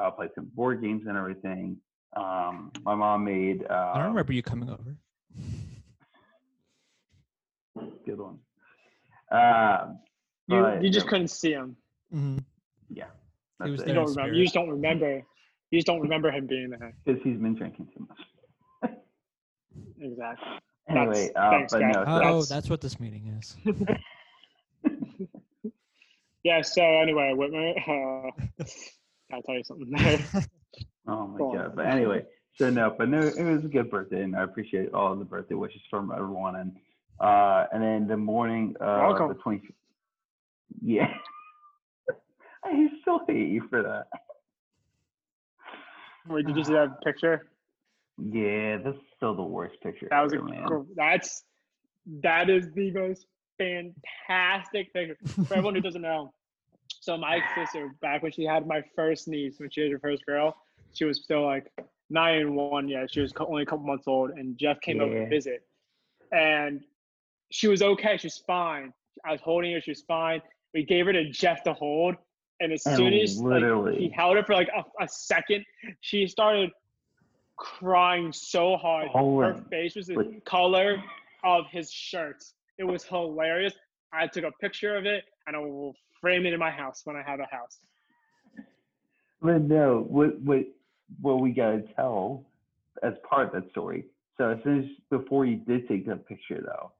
B: uh, played some board games and everything. Um, my mom made. Uh,
A: I don't remember you coming over.
B: Good one. Um,
C: You
B: Right.
C: you just couldn't see him.
A: Mhm.
B: That's
A: was
B: it.
C: You
A: there.
C: don't
A: in
C: remember.
A: spirit.
C: You just don't remember. You just don't remember him being there.
B: Because he's been drinking too much.
C: Exactly. That's-
B: Anyway, uh,
C: thanks,
B: but
C: guys.
B: no, so,
A: Oh,
C: That's-
A: that's what this meeting is.
C: Yeah. So anyway, Whitmer, [LAUGHS] uh, I'll tell you something. [LAUGHS] There.
B: oh my
C: go on.
B: god. But anyway, so no, but no, it was a good birthday, and I appreciate all of the birthday wishes from everyone. And uh, and then the morning of
C: Welcome.
B: the twenty. Yeah, [LAUGHS] I still hate you for that.
C: Wait, did you see that picture?
B: Yeah, that's still the worst picture.
C: That was a
B: ever, man.
C: gr- that's that is the most fantastic picture for everyone who doesn't know.
B: [LAUGHS]
C: So my sister, back when she had my first niece, when she was her first girl, she was still like nine and one. Yeah, she was co- only a couple months old, and Jeff came over
B: Yeah.
C: to visit, and she was okay. She was fine. I was holding her. She was fine. We gave her to Jeff to hold, and as
B: And
C: soon as like, he
B: literally,
C: held her for like a, a second, she started crying so hard. Her
B: Poland.
C: face was the
B: Wait.
C: color of his shirt. It was hilarious. I took a picture of it and I will frame it in my house when I have a house.
B: But no, what what what we gotta tell as part of that story. So as soon as before you did take that picture though,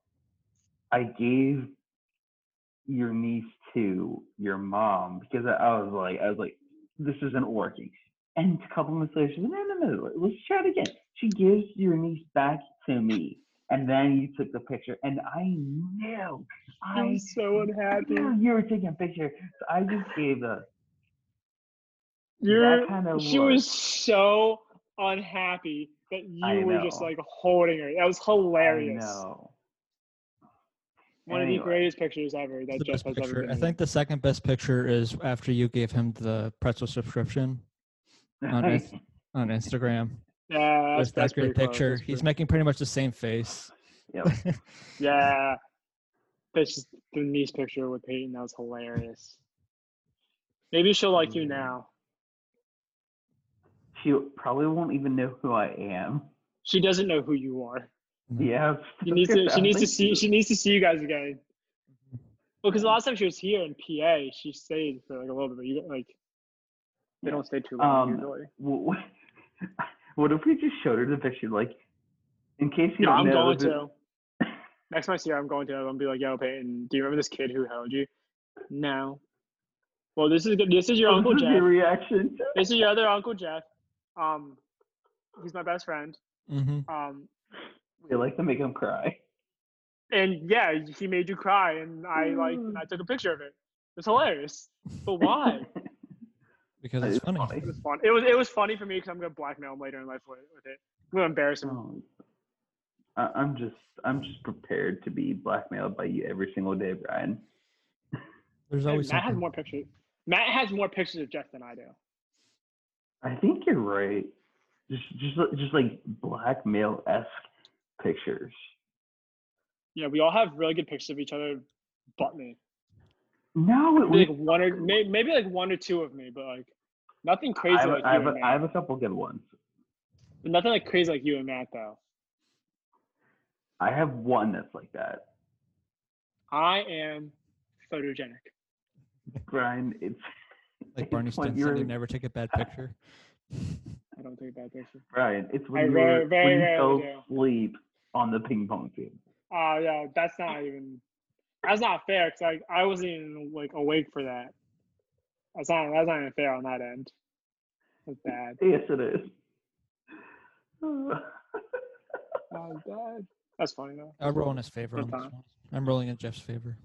B: I gave your niece to your mom because I, I was like I was like, this isn't working. And a couple months later, she's like, no, no, no, let's try it again. She gives your niece back to me. And then you took the picture. And I knew,
C: I
B: I
C: was so unhappy.
B: knew you were taking a picture. So I just gave the,
C: You're,
B: that kind of
C: she
B: look.
C: was so unhappy that
B: I
C: you were just
B: know.
C: like holding her. That was hilarious.
B: I
C: [LAUGHS]
B: know.
C: One of
B: Anyway,
C: the greatest pictures ever
A: It's
C: that
A: the
C: Jeff
A: best
C: has ever
A: picture.
C: been.
A: I
C: in.
A: think the second best picture is after you gave him the pretzel subscription on, Inst- on Instagram.
C: yeah,
A: That's,
C: that's, that's
A: that
C: pretty
A: great
C: close.
A: picture.
C: That's
A: He's
C: pretty-
A: making pretty much the same face.
B: Yep.
C: Yeah. That's just the niece picture with Peyton. That was hilarious. Maybe she'll like you
B: Yeah.
C: now.
B: she probably won't even know who I am.
C: She doesn't know who you are.
B: Yeah.
C: Mm-hmm. She needs to. She needs to
B: [LAUGHS]
C: see. She needs to see you guys again.
B: Mm-hmm.
C: Well, because the last time she was here in PA, she stayed for like a little bit. But you got, like, They
B: Yeah.
C: don't stay too long
B: Um,
C: usually.
B: What, [LAUGHS] what if we just showed her the picture, like, in case you
C: Yeah,
B: don't
C: I'm
B: know?
C: going
B: this-
C: to. Next time I see her, I'm going to. I'm gonna be like, "Yo, Peyton, do you remember this kid who held you?" No. Well, this is good. This is your
B: This [LAUGHS]
C: uncle
B: is
C: Jeff.
B: Your reaction. to-
C: This is your other uncle Jeff. Um, he's my best friend.
A: Mm-hmm.
C: Um,
B: We like to make him
C: [LAUGHS]
B: cry.
C: and yeah, he made you cry, and I like,
B: Mm.
C: and I took a picture of it. It's hilarious. But why?
A: Because
B: That
A: it's
B: is
A: funny.
B: funny.
C: it was fun. It was it was funny for me because I'm gonna blackmail him later in life with, with it. I'm gonna embarrass him.
B: Oh, I, I'm just, I'm just prepared to be blackmailed by you every single day, Brian.
A: There's
C: And
A: always
C: Matt has
A: something.
C: more pictures. Matt has more pictures of Jeff than I do.
B: I think you're right. Just, just, li- just like blackmail esque pictures.
C: Yeah, we all have really good pictures of each other, but me.
B: No, it
C: Maybe
B: was.
C: like one or may, maybe like one or two of me, but like nothing
B: I
C: crazy
B: have,
C: like
B: I,
C: you
B: have,
C: and
B: a- I
C: Matt.
B: have a couple good ones.
C: Nothing like crazy like you and Matt though.
B: I have one that's like that,
C: I am photogenic.
B: Brian. It's
A: [LAUGHS] Like Barney
B: [LAUGHS] it's when
A: Stinson,
B: you're-
A: you never take a
C: [LAUGHS]
A: bad picture.
C: I don't take a bad picture.
B: Brian. It's
C: I
B: when
C: very-
B: you're
C: very
B: when you
C: rarely
B: fell asleep on the ping pong table.
C: Oh yeah, that's not even that's not fair because like I wasn't even like awake for that. That's not that's not even fair on that end. That's bad.
B: Yes, it is.
C: That's bad. Oh That's funny though.
A: I'll roll in his favor on this
C: Sometimes.
A: one. I'm rolling in Jeff's favor.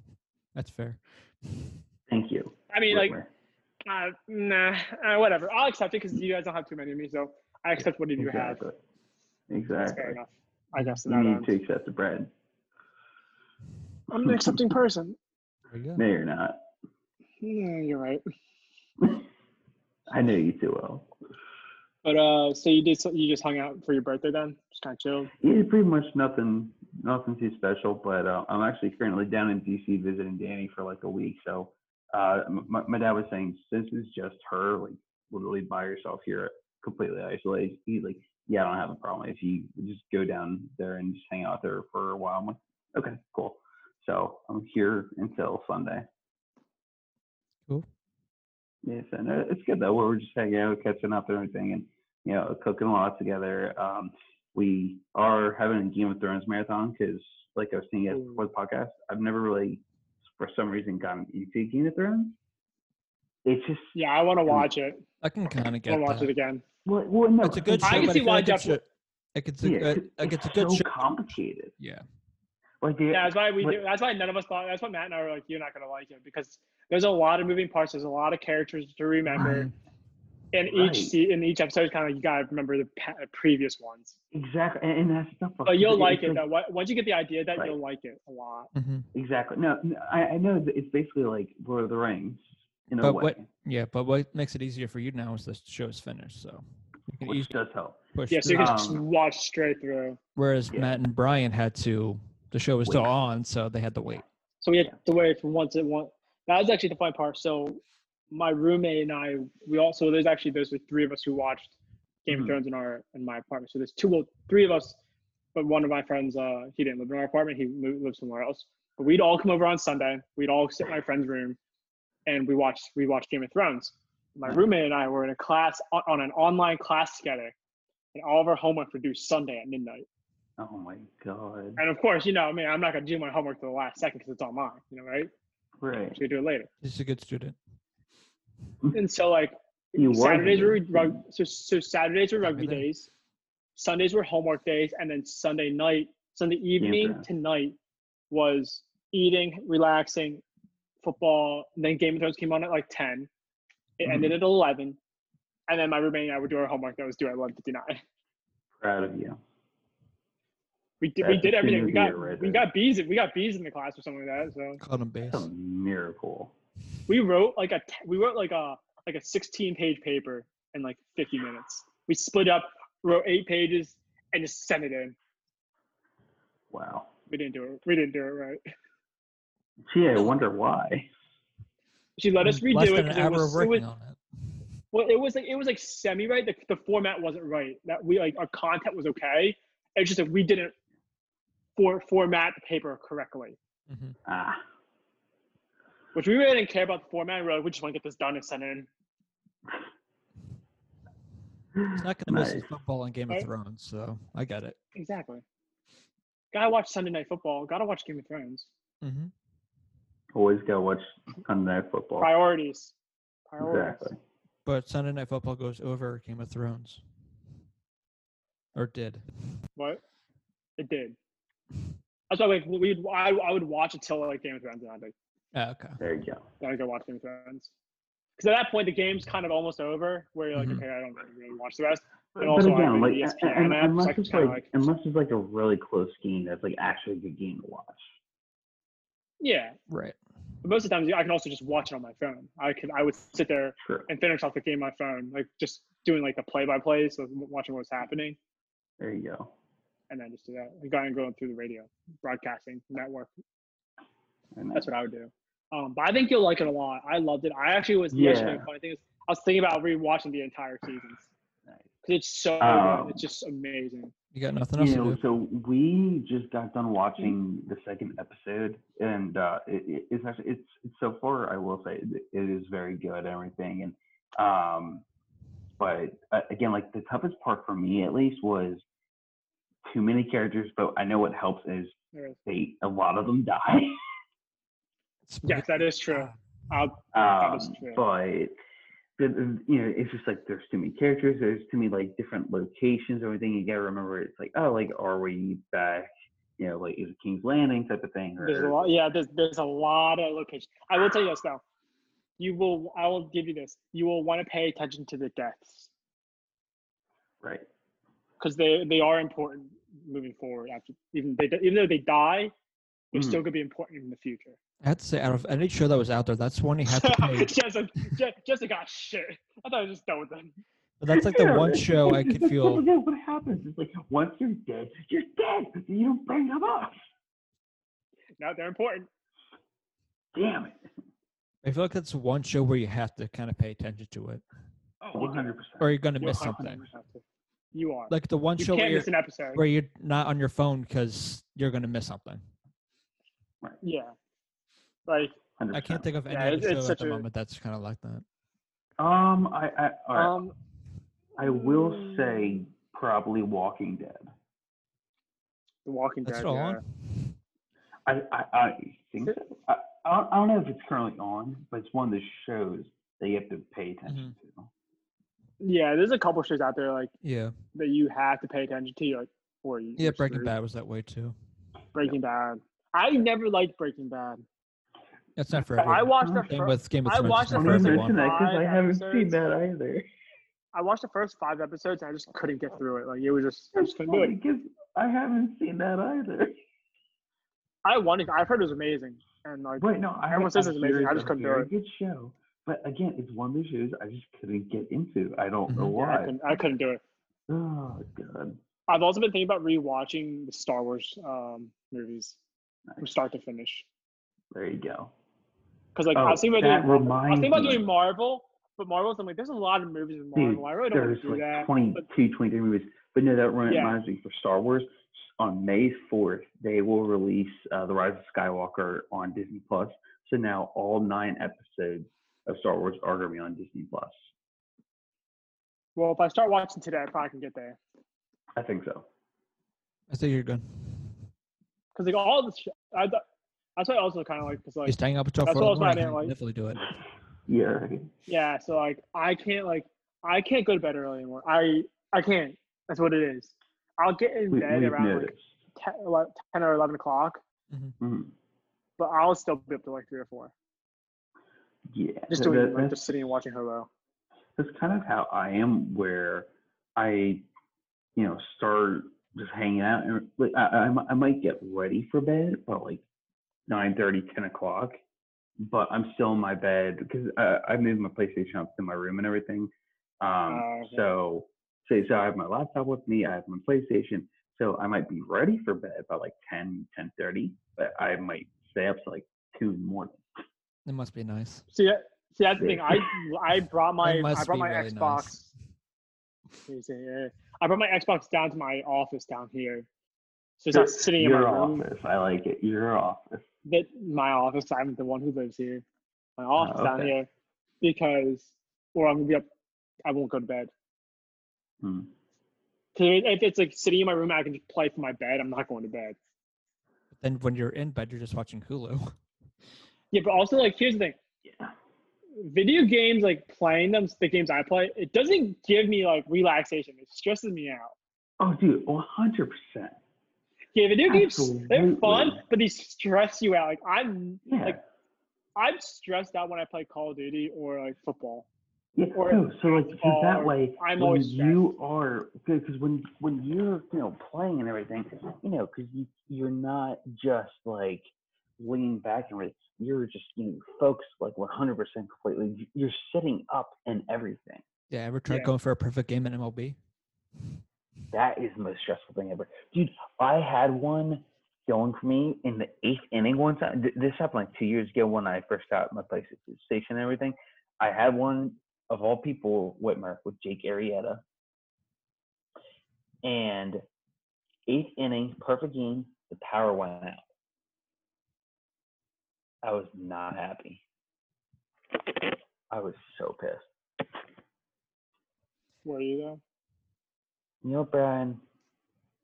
A: [LAUGHS] That's fair.
B: [SIGHS] Thank you.
C: I mean like
B: Whitmer.
C: uh, nah uh, whatever. I'll accept it because you guys don't have too many of me, so I accept what you have.
B: exactly.
C: That's
B: Exactly.
C: fair enough. I guess to
B: You
C: that
B: need
C: end.
B: to accept the bread.
C: I'm
B: [LAUGHS]
C: an accepting person.
A: There you go.
B: No, you're not.
C: Hmm, you're right.
B: I know you too well.
C: But uh, so you did. So you just hung out for your birthday then? Just kind of chilled.
B: Yeah, pretty much nothing, nothing too special. But uh, I'm actually currently down in DC visiting Danny for like a week. So uh, m- my, my dad was saying since it's just her, like literally by herself here, completely isolated. He's like, yeah, I don't have a problem if you just go down there and just hang out there for a while. I'm like, okay, cool. So I'm here until Sunday.
A: Cool.
B: Yes, and uh, it's good though. Where we're just hanging out, catching up, and everything, and you know, cooking a lot together. Um, we are having a Game of Thrones marathon because, like I was saying
C: Ooh.
B: before the podcast, I've never really, for some reason, gotten into Game of Thrones. It's just
C: Yeah, I
B: Mm,
C: want to watch it.
A: I can kind of
C: I
A: get
C: want to watch it
A: that.
C: again.
B: well, well no,
A: It's a good show.
C: I can
A: but
C: see
A: feel
C: why
A: like it's
C: Jeff would-
A: a- Like it's a
B: Yeah,
A: good. Like
B: it's,
A: it's a good
B: so
A: show.
B: complicated.
A: Yeah.
B: Like they,
C: Yeah, that's why we.
B: What-
C: Do, that's why none of us thought. That's why Matt and I were like, "You're not gonna like it," because there's a lot of moving parts. There's a lot of characters to remember,
A: Mhm.
C: and
B: Right.
C: each se- in each episode, kind of you gotta remember the pa- previous ones.
B: exactly, and, and that's stuff.
C: But you'll
B: it's
C: like it
B: like-
C: though. Wa- Once you get the idea that
B: Right.
C: you'll like it a lot.
A: Mhm.
B: Exactly. No, no, I, I know that it's basically like Lord of the Rings in a
A: But
B: way,
A: what- Yeah, but what makes it easier for you now is the show's finished, so you can
B: which
A: easily
B: does help.
A: push.
C: Yeah, so you can
A: through.
C: just
B: Um,
C: watch straight through.
A: Whereas
B: yeah.
A: Matt and Brian had to. The show was still
B: Wait.
A: on, so they had to wait.
C: So we had
B: Yeah.
C: to wait from one to one. That was actually the fun part. So my roommate and I, we also there's actually those were three of us who watched Game
B: Mhm.
C: of Thrones in our in my apartment. So there's two, well, three of us, but one of my friends, uh, he didn't live in our apartment. He moved, lived somewhere else. But we'd all come over on Sunday. We'd all sit in my friend's room, and we watched we watched Game of Thrones. My
B: Nice.
C: roommate and I were in a class on, on an online class together, and all of our homework was due Sunday at midnight.
B: Oh my god!
C: And of course, you know, I mean, I'm not gonna do my homework to the last second because it's online, you know, right?
B: Right.
C: So we do it later.
A: He's a good student.
C: And so like
B: You were
C: Saturdays were
B: here.
C: rug- so so Saturdays were rugby
A: Everything.
C: days, Sundays were homework days, and then Sunday night, Sunday evening
B: Thrones.
C: to night was eating, relaxing, football. And then Game of Thrones came on at like ten. It
B: Mhm.
C: ended at eleven, and then my roommate and I would do our homework that was due at eleven fifty nine.
B: proud of you.
C: [LAUGHS] We did, we
B: That's
C: did
B: a
C: everything. We
B: senior
C: got
B: year right
C: we
B: there.
C: got B's we got B's in the class or something like that. So
A: Called him base.
B: That's a miracle.
C: we wrote like a t- we wrote like a like a 16 page paper in like 50 minutes we split up wrote eight pages and just sent it in
B: Wow.
C: we didn't do it we didn't do it right
B: Gee, I wonder why.
C: she let us
A: Mm,
C: redo
A: Less
C: it
A: than
C: 'cause
A: an hour
C: it was,
A: of
C: it was
A: working on it.
C: well it was like it was like semi right the, the format wasn't right that we like our content was okay it's just that we didn't for, format the paper correctly
A: Mhm.
B: Ah,
C: which we really didn't care about the format we were like, we just want to get this done and sent in
A: It's not gonna miss
B: nice.
A: his football on Game of
C: Right.
A: Thrones, so I get it.
C: Exactly. Gotta watch Sunday Night Football. Gotta watch Game of Thrones.
A: Mm-hmm.
B: Always gotta watch Sunday Night Football.
C: Priorities. Priorities.
B: Exactly.
A: But Sunday Night Football goes over Game of Thrones, or did.
C: What? It did. That's why like we I, I would watch until like Game of Thrones and I'd be like,
A: Ah, okay.
B: There you go.
C: then I go watch Game of Thrones. Because at that point the game's kind of almost over where you're like,
A: Mhm.
C: okay, I don't really watch the rest.
B: But,
C: also, I E
B: again,
C: have
B: like,
C: an
B: a-
C: ESPN
B: and-
C: app, so
B: unless
C: I can
B: it's
C: kinda,
B: like,
C: like-
B: unless it's like a really close game that's like actually a good game to watch.
C: Yeah.
A: Right.
C: But most of the times I can also just watch it on my phone. I could I would sit there
B: True.
C: and finish off the game on my phone, like just doing like the play by play, so watching what's happening.
B: There you go.
C: and then just do that. Going and going through the radio broadcasting network.
B: And
C: That's what I would do. Um, but I think you'll like it a lot. I loved it. I actually was
B: Yeah.
C: yesterday. Funny thing is, I was thinking about rewatching the entire season
B: Nice.
C: because it's so
B: Um,
C: good. It's just amazing.
A: You got nothing else
B: you
A: to
B: know,
A: do.
B: so we just got done watching the second episode, and uh, it, it- it's actually it's, it's so far I will say it, it is very good and everything, and um, but uh, again, like the toughest part for me at least was too many characters. But I know what helps is
C: There is-
B: they a lot of them [LAUGHS] die.
C: Yes, that is true. I'll, That
B: um,
C: was true.
B: but the, the- you know it's just like there's too many characters there's too many like different locations everything you gotta remember it's like oh like are we back you know like is it king's landing type of thing
C: there's a
B: or-
C: lot. Yeah, there's there's a lot of locations. I will tell you this though. You will. I will give you this. You will want to pay attention to the deaths
B: right
C: because they they are important moving forward. After even they even though they die, they're
B: Mhm.
C: still gonna be important in the future.
A: I had to say, out of any show that was out there, that's one he had
C: [LAUGHS]
A: to pay.
C: Jessica, Je- Jessica got shit. I thought I was just done with them.
A: But [LAUGHS] that's like the
B: Yeah,
A: one
B: it's-
A: show I
B: it's
C: [LAUGHS]
A: could
B: just so
A: feel.
B: good. what happens is like once you're dead you're dead you don't bring them up
C: No, they're important.
B: damn it
A: I feel like that's one show where you have to kind of pay attention to it,
C: Oh,
B: 100
A: or
B: percent
A: you're gonna
C: you
A: miss
C: are
A: something.
C: 100% You are.
A: Like the one
C: you
A: show where
C: can't
A: you're,
C: miss an episode.
A: where you're not on your phone because you're gonna miss something.
C: Yeah. Like
A: I can't think of any
C: Yeah,
A: other
C: it's- it's
A: show at
C: such
A: the
C: a-
A: moment that's kind of like that.
B: um i i all right.
C: um,
B: i will say probably walking dead
C: The Walking
A: That's
C: Dead.
A: all.
C: yeah.
A: on.
B: I, I, I think so. I, I don't- I don't know if it's currently on, but it's one of the shows that you have to pay attention
C: Yeah, there's a couple shows out there like
A: Yeah,
C: that you have to pay attention to, like or you.
A: yeah.
C: you're
A: Breaking
C: screwed.
A: Bad was that way too.
C: Breaking Bad. I never liked Breaking Bad.
A: That's not for
C: I
A: everyone.
C: watched the
A: Game
C: first.
A: with Game of
C: I
A: Thrones.
C: watched
A: Watched
B: to.
C: the
A: not for
B: Don't
C: first
A: everyone.
B: even mention that because I
C: Five
B: haven't seen
C: episodes.
B: that either.
C: I watched the first five episodes. and I just couldn't get through it. Like it was just. I
B: It's
C: just couldn't do
B: funny
C: [LAUGHS] it.
B: because I haven't seen that either.
C: I wanted. I've heard it was amazing, and like
B: Wait, no, I
C: Everyone says it's amazing, I
B: it's
C: just
B: a
C: couldn't do
B: very
C: it.
B: Good show, but again, it's one of the shows I just couldn't get into. I don't know
A: Mhm.
C: yeah, I
B: why.
C: couldn't. I couldn't do it.
B: Oh god,
C: I've also been thinking about rewatching the Star Wars um, movies from start to finish.
B: there you go.
C: Because like I
B: oh,
C: was thinking about
B: that
C: doing, I was
B: reminds
C: thinking about
B: me.
C: doing Marvel, but Marvel's I'm like, there's a lot of movies in Marvel.
B: Dude,
C: I really don't
B: there's
C: want to do
B: like
C: that. but-
B: 22, 23 movies. But no, that reminds
C: Yeah.
B: me for Star Wars. On May 4th, they will release uh, The Rise of Skywalker on Disney Plus. So now all nine episodes of Star Wars are going to be on Disney Plus.
C: Well, if I start watching today, I probably can get there.
B: I think so.
A: I think you're good.
C: Because like all the, sh- I, th- that's what I also kind of like. Because like
A: He's staying up until
C: That's
A: four in
C: what I
A: the
C: was
A: morning. I
C: wondering,
A: can
C: like-
A: definitely do it.
B: Yeah. right.
C: yeah, so like I can't like I can't go to bed early anymore. I I can't. That's what it is. I'll get in
B: We,
C: bed
B: we've
C: around like
B: noticed.
C: 10, ele- 10 or eleven o'clock,
B: Mhm.
C: but I'll still be up to like three or four,
B: Yeah.
C: just
B: that-
C: doing
B: that-
C: like
B: that's-
C: just sitting and watching Hulu.
B: that's kind of how I am, where I, you know, start just hanging out, and like I, I, mi- I might get ready for bed about like 9 10 o'clock, but I'm still in my bed because I, I moved my PlayStation up to my room and everything. Um,
C: Oh, okay.
B: so, so, so I have my laptop with me, I have my PlayStation, so I might be ready for bed by like 10, 10 but I might stay up to like two in the morning.
A: It must be nice.
C: See, that- see that's the thing. I I brought my I
A: must
C: brought
A: be
C: my
A: really
C: Xbox. You see, yeah. I brought my Xbox down to my office down here, so it's not sitting in my
B: Your
C: room.
B: office, I like it. Your office.
C: That my office. I'm the one who lives here. My office down
B: Oh, okay.
C: here, because or I'm gonna be up. I won't go to bed.
B: Hmm.
C: 'Cause If it's like sitting in my room, I can just play from my bed. I'm not going to bed.
A: Then when you're in bed, you're just watching Hulu. [LAUGHS]
C: Yeah, but also like here's the thing.
B: Yeah.
C: Video games, like playing them, the games I play, it doesn't give me like relaxation. It stresses me out.
B: Oh, dude, one hundred percent.
C: Yeah, video games they're fun,
B: Absolutely.
C: but they stress you out. Like I'm
B: Yeah.
C: Like, I'm stressed out when I play Call of Duty or like football.
B: Yeah,
C: or
B: no, so like 'cause
C: or
B: that way
C: I'm
B: when
C: always
B: you are because when when you're you know playing and everything, you know, because you you're not just like leaning back and everything. You're just you know, focused like 100 percent completely. You- You're sitting up and everything.
A: Yeah, ever tried
C: Yeah.
A: going for a perfect game in MLB?
B: That is the most stressful thing ever, dude. I had one going for me in the eighth inning one time. Th- This happened like two years ago when I first got my PlayStation and everything. I had one of all people, Whitmer, with Jake Arrieta. And eighth inning, perfect game, the power went out. I was not happy. I was so pissed.
C: Where you though?
B: You know, Brian,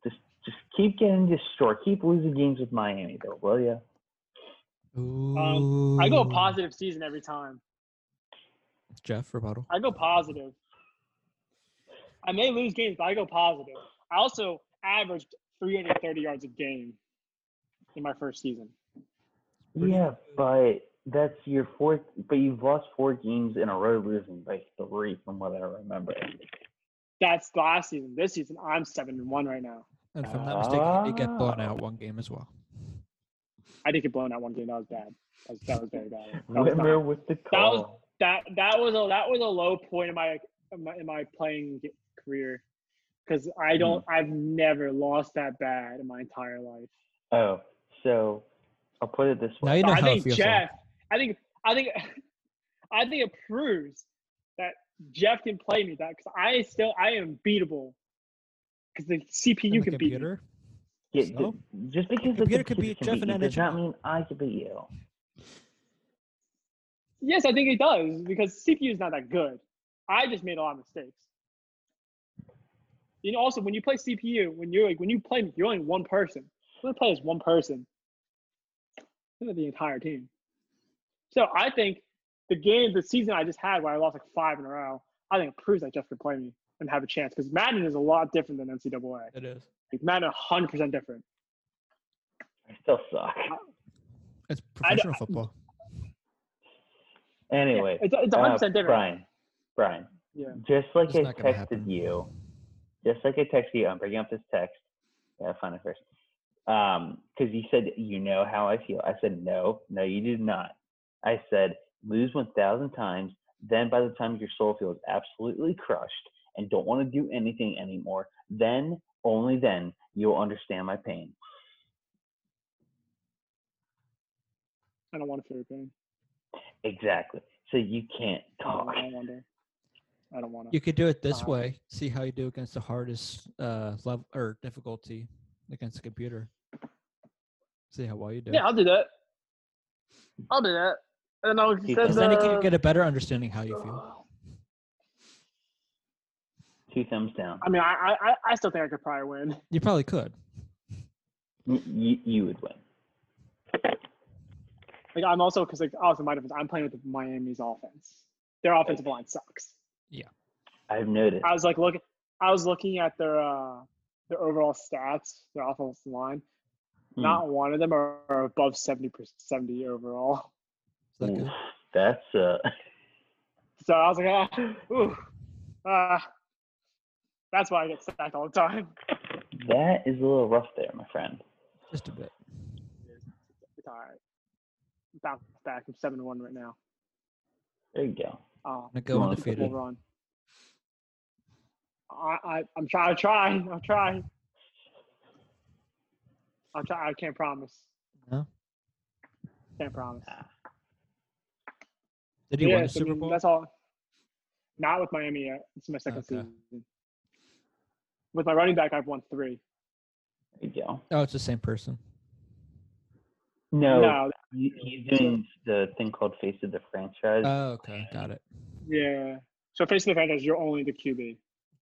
B: just just keep getting destroyed. Keep losing games with Miami, though, will you?
A: Ooh.
C: Um, I
A: Mm.
C: go positive season every time.
A: Jeff rebuttal.
C: I go positive. I may lose games, but I go positive. I also averaged 330 yards a game in my first season.
A: Pretty
B: Yeah, but that's your fourth. But you've lost four games in a row, losing by three, from what I remember.
C: That's last season. This season, I'm seven and one right now.
A: And if I'm not mistaken, you did get blown out
B: Oh.
A: one game as well.
C: I did get blown out one game. That was bad. That was, that was very bad. That was,
B: Whitmer
C: not-
B: with the
C: was-
B: call.
C: that, that was a that was a low point in my in my, in my playing g- career because
A: Hmm.
C: I don't. I've never lost that bad in my entire life.
B: Oh, so I'll put it this
A: Now
B: way.
A: you
C: So
A: know
C: I
A: how it
C: think
A: feels.
C: Jeff. I think I think [LAUGHS] I think it proves that Jeff can play me that because I still I am beatable because the CPU can beat me.
A: computer.
B: Get- th-
A: so?
B: Just because the
A: Oh. Computer
B: computer
A: could beat
B: can
A: Jeff
B: beat
A: in
B: you does not
A: NHL.
B: mean I could beat you.
C: Yes, I think it does because CPU is not that good. I just made a lot of mistakes. You know, also when you play CPU, when you're like when you play, you're only one person. You only play as one person. It's not the entire team. So I think the game, the season I just had, where I lost like five in a row, I think it proves that Jeff could play me and have a chance because Madden is a lot different than NCAA.
A: It is.
C: Like, Madden 100 percent different.
B: I still suck.
A: It's professional football.
B: Anyway,
C: It's it's
B: uh,
C: 100 percent different.
B: Brian, Brian,
C: Yeah.
B: just like
A: It's
B: I
A: not gonna
B: texted
A: happen.
B: you, just like I texted you, I'm bringing up this text. Yeah, find it first. Um, because you said you know how I feel. I said no, no, you do not. I said lose one thousand times, then by the time your soul feels absolutely crushed and don't want to do anything anymore, then only then you'll understand my pain.
C: I don't want to feel your pain.
B: Exactly. So you can't
C: I don't
B: talk.
C: wanna- I don't want to. I don't want to.
A: You could do it this
C: Uh,
A: way. See how you do against the hardest uh level or difficulty against the computer. See how well you do.
C: Yeah, I'll do that. I'll do that. And I'll
B: Keep
C: send
A: Because then you
C: uh,
A: can get a better understanding how you feel.
B: Two thumbs down.
C: I mean, I, I, I- I still think I could probably win.
A: You probably could.
B: Y- you, you would win.
C: Like I'm also because like also my defense, I'm playing with Miami's offense. Their offensive line sucks.
B: I've noticed.
C: I was like look, I was looking at their uh their overall stats, their offensive line.
B: Hmm.
C: Not one of them are, are above 70 70 overall.
A: Is that
C: Hmm.
B: Oof,
A: good?
B: That's uh [LAUGHS]
C: So I was like, ah, ooh, ah. That's why I get sacked all the time.
B: that is a little rough there, my friend.
A: Just a bit.
C: It's all right. Bounce back. I'm seven to one right now.
B: There you go.
C: Um,
A: I'm gonna go
B: on,
C: Super Bowl
A: undefeated.
C: run. I, I I'm trying. I'm trying. I'm trying. I'm trying. I can't promise.
A: No?
C: Can't promise.
A: Did you win
C: Yes,
A: the Super
C: I mean,
A: Bowl?
C: That's all. Not with Miami yet. It's my second
A: Okay.
C: season. With my running back, I've won three.
B: There you go.
A: Oh, it's the same person.
B: No,
C: No.
B: he- he's doing the thing called Face of the Franchise.
A: Oh, okay. Got it.
C: Yeah. So facing the franchise, you're only the QB.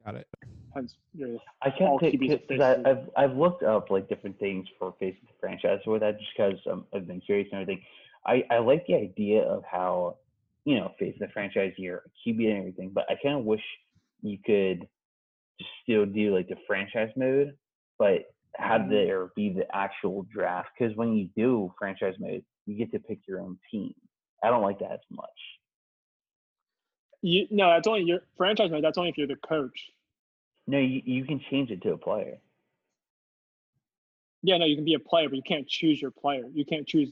A: Got it.
C: Depends. Your,
B: I can't
C: all
B: take
C: QBs
B: because
C: are
B: I-
C: fixed.
B: I've I've looked up like different things for face of the franchise with that just because um, I've been curious and everything. I I like the idea of how you know face of the franchise year QB and everything, but I kind of wish you could just still do like the franchise mode, but have
C: Mhm.
B: there be the actual draft because when you do franchise mode, you get to pick your own team. I don't like that as much.
C: you no, that's only your franchise mode. That's only if you're the coach.
B: No, you you can change it to a player.
C: Yeah, no, you can be a player, but you can't choose your player. You can't choose.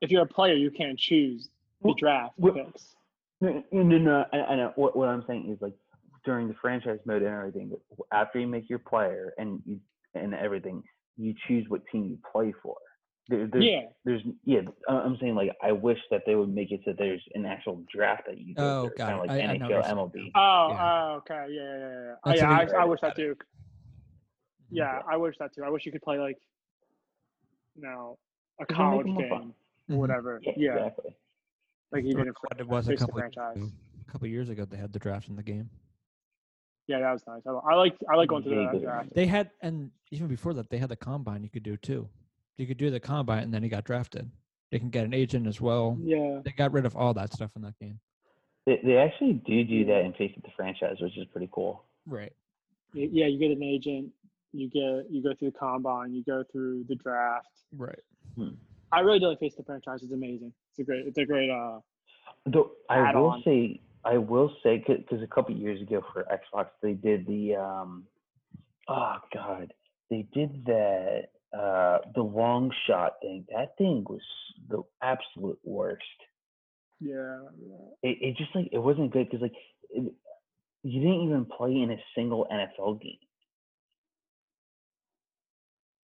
C: If you're a player, you can't choose the
B: Well,
C: draft
B: well-
C: picks.
B: No, no, no. no, I, I know. What, what I'm saying is like during the franchise mode and everything. w- After you make your player and you and everything, you choose what team you play for. There, there's,
C: Yeah,
B: there's, yeah. I- I'm saying like I wish that they would make it so there's an actual draft that you.
A: Oh,
B: go
A: got
B: Kind
A: it.
B: of
A: I-
B: like
A: I know what you're
B: NHL,
A: saying
B: MLB.
A: now.
C: Oh,
A: Yeah.
C: oh, okay. Yeah, yeah, yeah, yeah. Oh,
A: That's
C: yeah,
A: what I
C: I,
A: mean.
C: I wish that
B: Got it.
C: too.
A: Mm-hmm.
C: Yeah, I wish that too. I wish you could play like, you know, a
B: Doesn't make
C: college
B: it more
C: game,
B: fun.
A: Mhm.
C: whatever. Yeah,
B: exactly.
C: like you
A: Or
C: did in
A: what it was a
C: Face the
A: couple years
C: franchise.
A: ago. a couple years ago. They had the draft in the game.
C: Yeah, that was nice. I, I like I like going to
B: Vaguely
C: the draft.
A: They had, and even before that, they had the combine. You could do too. You could do the combine, and then he got drafted. They can get an agent as well.
C: Yeah,
A: They got rid of all that stuff in that game.
B: They, they actually do do that in Face of the Franchise, which is pretty cool.
A: Right.
C: y- yeah. You get an agent. You get you go through the combine. You go through the draft.
A: Right.
C: I really do like Face the franchise. It's amazing. It's a great. It's a great. Uh,
B: Though I
C: add
B: will
C: on.
B: say, I will say, because a couple years ago for Xbox, they did the um, oh god, they did that uh the long shot thing. That thing was the absolute worst.
C: yeah.
B: It, it just like it wasn't good because like it, you didn't even play in a single NFL game.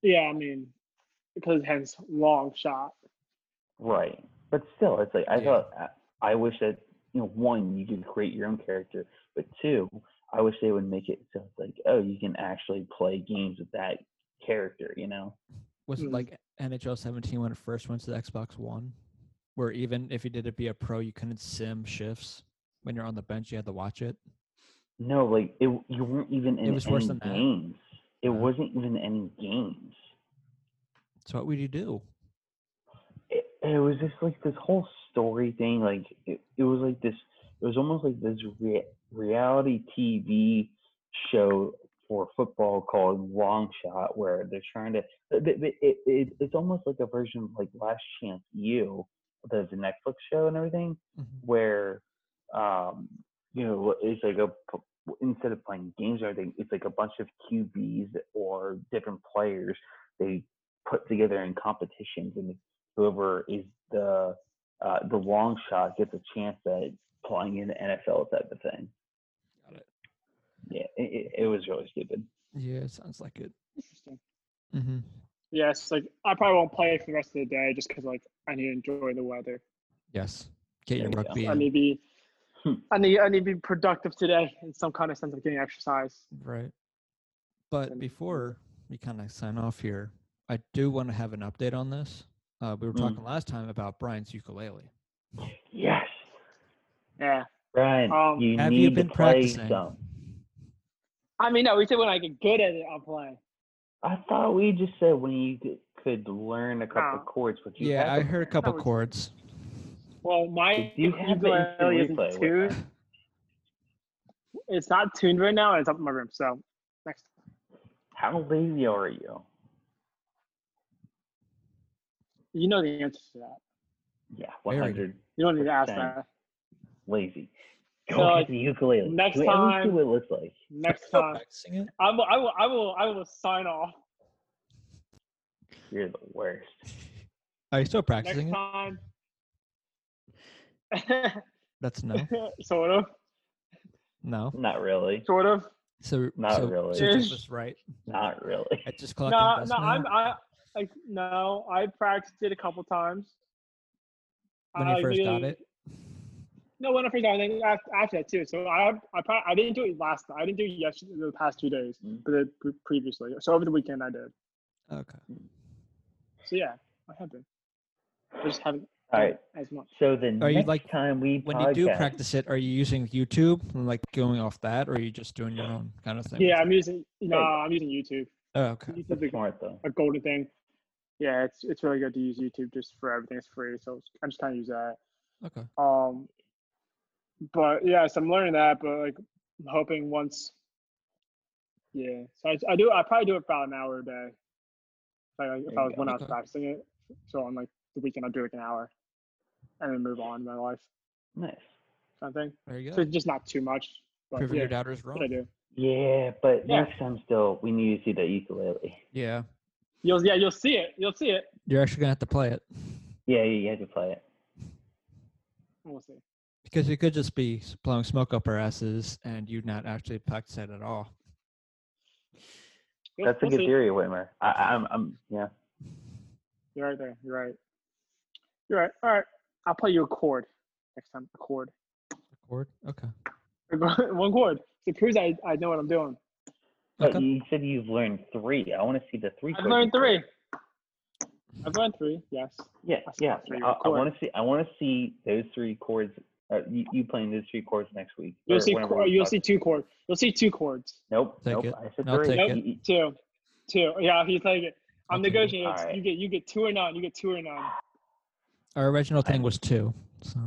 C: Yeah, I mean, because hence long shot.
B: Right. But still, it's like I
A: Yeah.
B: thought uh, I- I wish that you know one you could create your own character, but two I wish they would make it so it's like oh you can actually play games with that character, you know?
A: Was it
C: Mm.
A: like NHL 17 when it first went to the Xbox One, where even if you did it be a pro, you couldn't sim shifts when you're on the bench. You had to watch it.
B: No, like it w- you weren't even in
A: was
B: any
A: worse than that.
B: games. It
A: Yeah.
B: wasn't even any games.
A: So what would you do?
B: It, it was just like this whole story thing. Like it, it was like this. It was almost like this rea- reality TV show for football called Long Shot, where they're trying to. th- th- th- It, it, it's almost like a version of like Last Chance U, the, the Netflix show and everything,
A: Mhm.
B: where um, you know it's like a p- instead of playing games or anything, it's like a bunch of QBs or different players they put together in competitions, and whoever is the uh, the long shot gets a chance at playing in the NFL type of thing.
A: Got it.
B: Yeah, it, it, it was really stupid.
A: Yeah, it sounds like it.
C: Interesting.
A: hmm
C: Yeah, it's like I probably won't play for the rest of the day just because like I need to enjoy the weather.
A: Yes. Get your
B: There you go.
A: rugby.
C: I
A: in.
C: need to be
B: Hmm.
C: I need I need to be productive today in some kind of sense of getting exercise.
A: Right. But
C: And-
A: before we kind of sign off here, I do want to have an update on this. Uh, we were
B: Mm.
A: talking last time about Brian's ukulele.
B: Yes,
C: Yeah.
B: Brian,
C: Um,
B: you
A: Have
B: need
A: you been
B: to play
A: practicing?
B: some.
C: I mean no, we said when I get good at it I'll play.
B: I thought we just said when you c- could learn a couple
C: No.
B: of chords, but you
A: Yeah, I
B: haven't.
A: heard a couple
C: we-
A: chords.
C: Well my
B: If you have it, you should
C: ukulele
B: replay
C: isn't
B: with
C: tuned. It's not tuned right now and it's up in my room. So next
B: How lazy are you?
C: you know the answer to that.
B: Yeah,
A: Very.
B: 100
C: You don't need to ask
B: Percent.
C: that.
B: lazy. Go
C: So,
B: get the ukulele.
C: next
B: Wait, at least see
C: time-
B: what it looks like.
A: [LAUGHS]
C: Next
A: Still
C: time.
A: practicing it?
C: I will I will I will I will sign off.
B: You're the worst.
A: Are you still practicing
C: Next
A: it?
C: time.
A: That's no,
C: [LAUGHS] sort of.
A: no.
B: Not really.
C: Sort of.
A: So
B: Not
A: so,
B: really.
A: So Jeff
C: Ish.
A: was right.
B: Not really. [LAUGHS]
A: I just
C: No,
A: collecting
C: no,
A: dust now?
C: I'm I like no, I practiced it a couple times.
A: when you
C: I
A: first got
C: really-
A: it.
C: No, when I first got it, and then af- after that too. So I I prob- I didn't do it last I didn't do it yesterday the past two days,
B: Mm.
C: but the, pre- previously. So over the weekend I did.
A: Okay.
C: So yeah, I have been. I just haven't
B: All right.
C: as much.
B: So the
A: Are you,
B: next
A: like,
B: time we
A: When
B: podcast,
A: you do practice it, are you using YouTube and like going off that, or are you just doing your own kind of thing?
C: Yeah, I'm using no,
B: Hey.
C: I'm using YouTube.
A: Oh, okay.
C: YouTube's
B: that's
C: a,
B: smart though.
C: a golden thing. Yeah, it's it's really good to use YouTube just for everything. It's free, so I'm just kind of use that.
A: Okay.
C: Um, but yes, I'm learning that. But like, I'm hoping once. Yeah, so I, I do. I probably do it for about an hour a day. If I,
B: There
C: if I
B: you
C: was
B: go.
C: when I was
A: Okay.
C: practicing it, so on like the weekend, I'll do like an hour, and then move on in my life
B: Nice.
C: kind of thing.
A: There you
C: So
A: go.
C: it's just not too much. But
A: Proving
C: yeah,
A: your doubters
C: what I
A: wrong.
C: do.
B: Yeah, but
C: Yeah.
B: next time still we need to see the ukulele.
A: Yeah.
C: You'll yeah, you'll see it. You'll see it.
A: You're actually gonna have to play it
B: Yeah, you you have to play it.
C: We'll see.
A: because it could just be s- blowing smoke up our asses and you not actually practice it at all.
C: We'll-
B: That's a
C: we'll
B: good
C: see.
B: theory, Whitmer. I, I'm, I'm, yeah.
C: You're right there. You're right. You're right. All right. I'll play you a chord next time. A chord. [LAUGHS]
A: Chord. Okay.
C: One chord. It proves I, I know what I'm doing.
B: But
A: Okay.
B: you said you've learned three. I want to see the three.
C: I've
B: chord
C: learned
B: you
C: three.
B: played.
C: I've learned three. Yes.
B: Yeah,
C: I saw
B: yeah.
C: three
B: I,
C: chord.
B: want to see. I want to see those three chords. Uh, you, you playing those three chords next week?
C: You'll
B: or
C: see.
B: whenever
C: chor-
B: we
C: You'll
B: talk.
C: see two chords. You'll see two chords.
B: Nope.
A: Take
B: nope.
A: it.
B: I said
A: I'll
B: three.
A: take
B: You-
A: it.
B: you-
C: Two. Two. Yeah. He's like, I'm
A: Okay.
C: negotiating.
B: All right.
C: You get. You get two or none. You get two or none.
A: Our original thing was two, so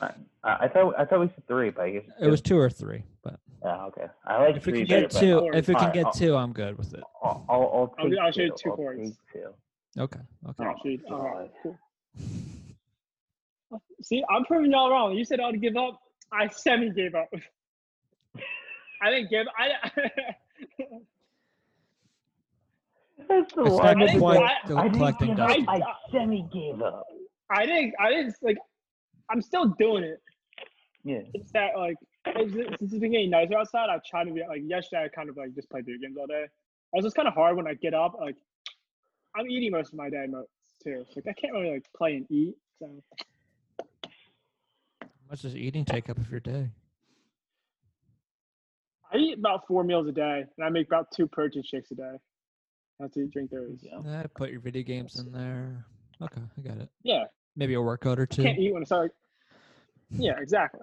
B: I, I thought. I thought we said three, but I guess
A: it was two or three. But
B: Oh, okay. I like
A: if we
B: three
A: can
C: better,
A: get
B: but
A: two,
C: chords.
A: if we can
B: Alright,
A: get
B: I'll-
A: two, I'm good with it.
B: I'll, I'll,
C: I'll
B: take
C: do- I'll show you 2
B: I'll
C: chords.
B: take two.
A: Okay. Okay.
C: Actually, all right.
B: Oh, God.
C: uh, Cool. See, I'm proving y'all wrong. You said I would give up. I semi gave up. [LAUGHS] I [LAUGHS] didn't give. I.
B: That's the
A: It's
B: one.
A: not
C: I
A: good
C: think-
A: point
C: I-
A: to
B: I didn't
A: collecting
B: give up.
A: dust.
C: dust.
B: I semi gave up.
C: I didn't. I didn't like. I'm still doing it.
B: Yeah.
C: It's that like it's, it's, it's been getting nicer outside. I try to be like yesterday. I kind of like just play video games all day. I was just kind of hard when I get up. Like I'm eating most of my day mo- too. So, like I can't really like play and eat. So
A: How much does eating take up of your day?
C: I eat about four meals a day, and I make about two protein shakes a day. I have to drink those.
B: Yeah.
A: Eh, put your video games in there. Okay, I got it.
C: [LAUGHS] Yeah,
A: Maybe a workout or two.
C: can't eat when it's like. Yeah, exactly.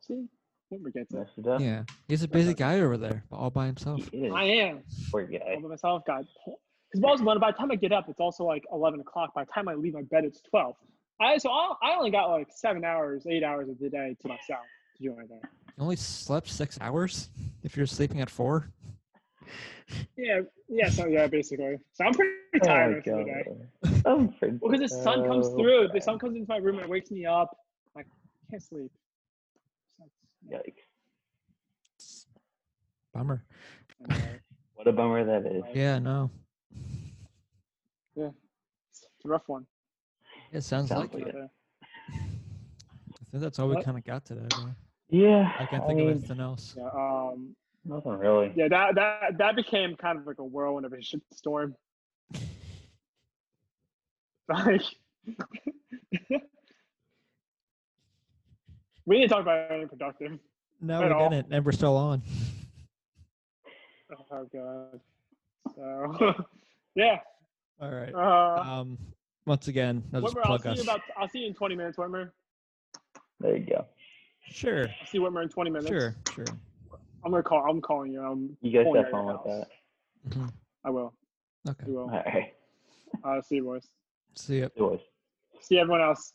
C: See, never gets it.
B: Messed it up.
A: Yeah, he's a busy guy over there, all by himself.
B: It is.
C: I am.
B: Poor guy.
C: all by myself. God, because also one. By the time I get up, it's also like eleven o'clock. By the time I leave my bed, it's twelve. I so I, I only got like seven hours, eight hours of the day to myself to do anything.
A: You only slept six hours if you're sleeping at four.
C: Yeah, yeah, so yeah, basically. So I'm pretty
B: Oh,
C: tired of the day.
B: God. [LAUGHS] I'm freaking
C: Well, because the sun comes
B: so
C: through. The
B: tired.
C: sun comes into my room and wakes me up. Like I can't sleep. So it's-
B: Yikes.
A: Bummer.
C: anyway,
B: What a bummer that is.
A: Yeah, no.
C: It's a rough one.
A: It sounds
B: Sounds
A: like it.
B: like it.
C: Yeah.
A: I think that's all we
C: What?
A: kind of got today. Bro.
B: Yeah.
A: I can't
B: I
A: think
B: mean,
A: of anything else.
C: Yeah, um,
B: Nothing really.
C: yeah, that that that became kind of like a whirlwind of a shit storm. [LAUGHS] Like, [LAUGHS] we didn't talk about anything productive.
A: No,
C: At all.
A: we didn't, and we're still on.
C: Oh god. So, [LAUGHS] yeah.
A: All right.
C: Uh,
A: Um, once again, I'll just
C: Whitmer, I'll
A: plug
C: see you
A: us.
C: about. I'll see you in 20 minutes, Whitmer.
B: There you go.
A: Sure,
C: I'll see Whitmer in 20 minutes.
A: sure, sure.
C: I'm gonna call. I'm calling you. I'm
B: You guys
C: pulling
B: have
C: you out
B: fun
C: of your
B: with that.
C: house.
A: Mhm.
C: I will.
A: Okay.
C: You
B: All
C: will.
B: right.
C: Uh, see you, boys.
A: See ya.
B: It was.
C: See everyone else.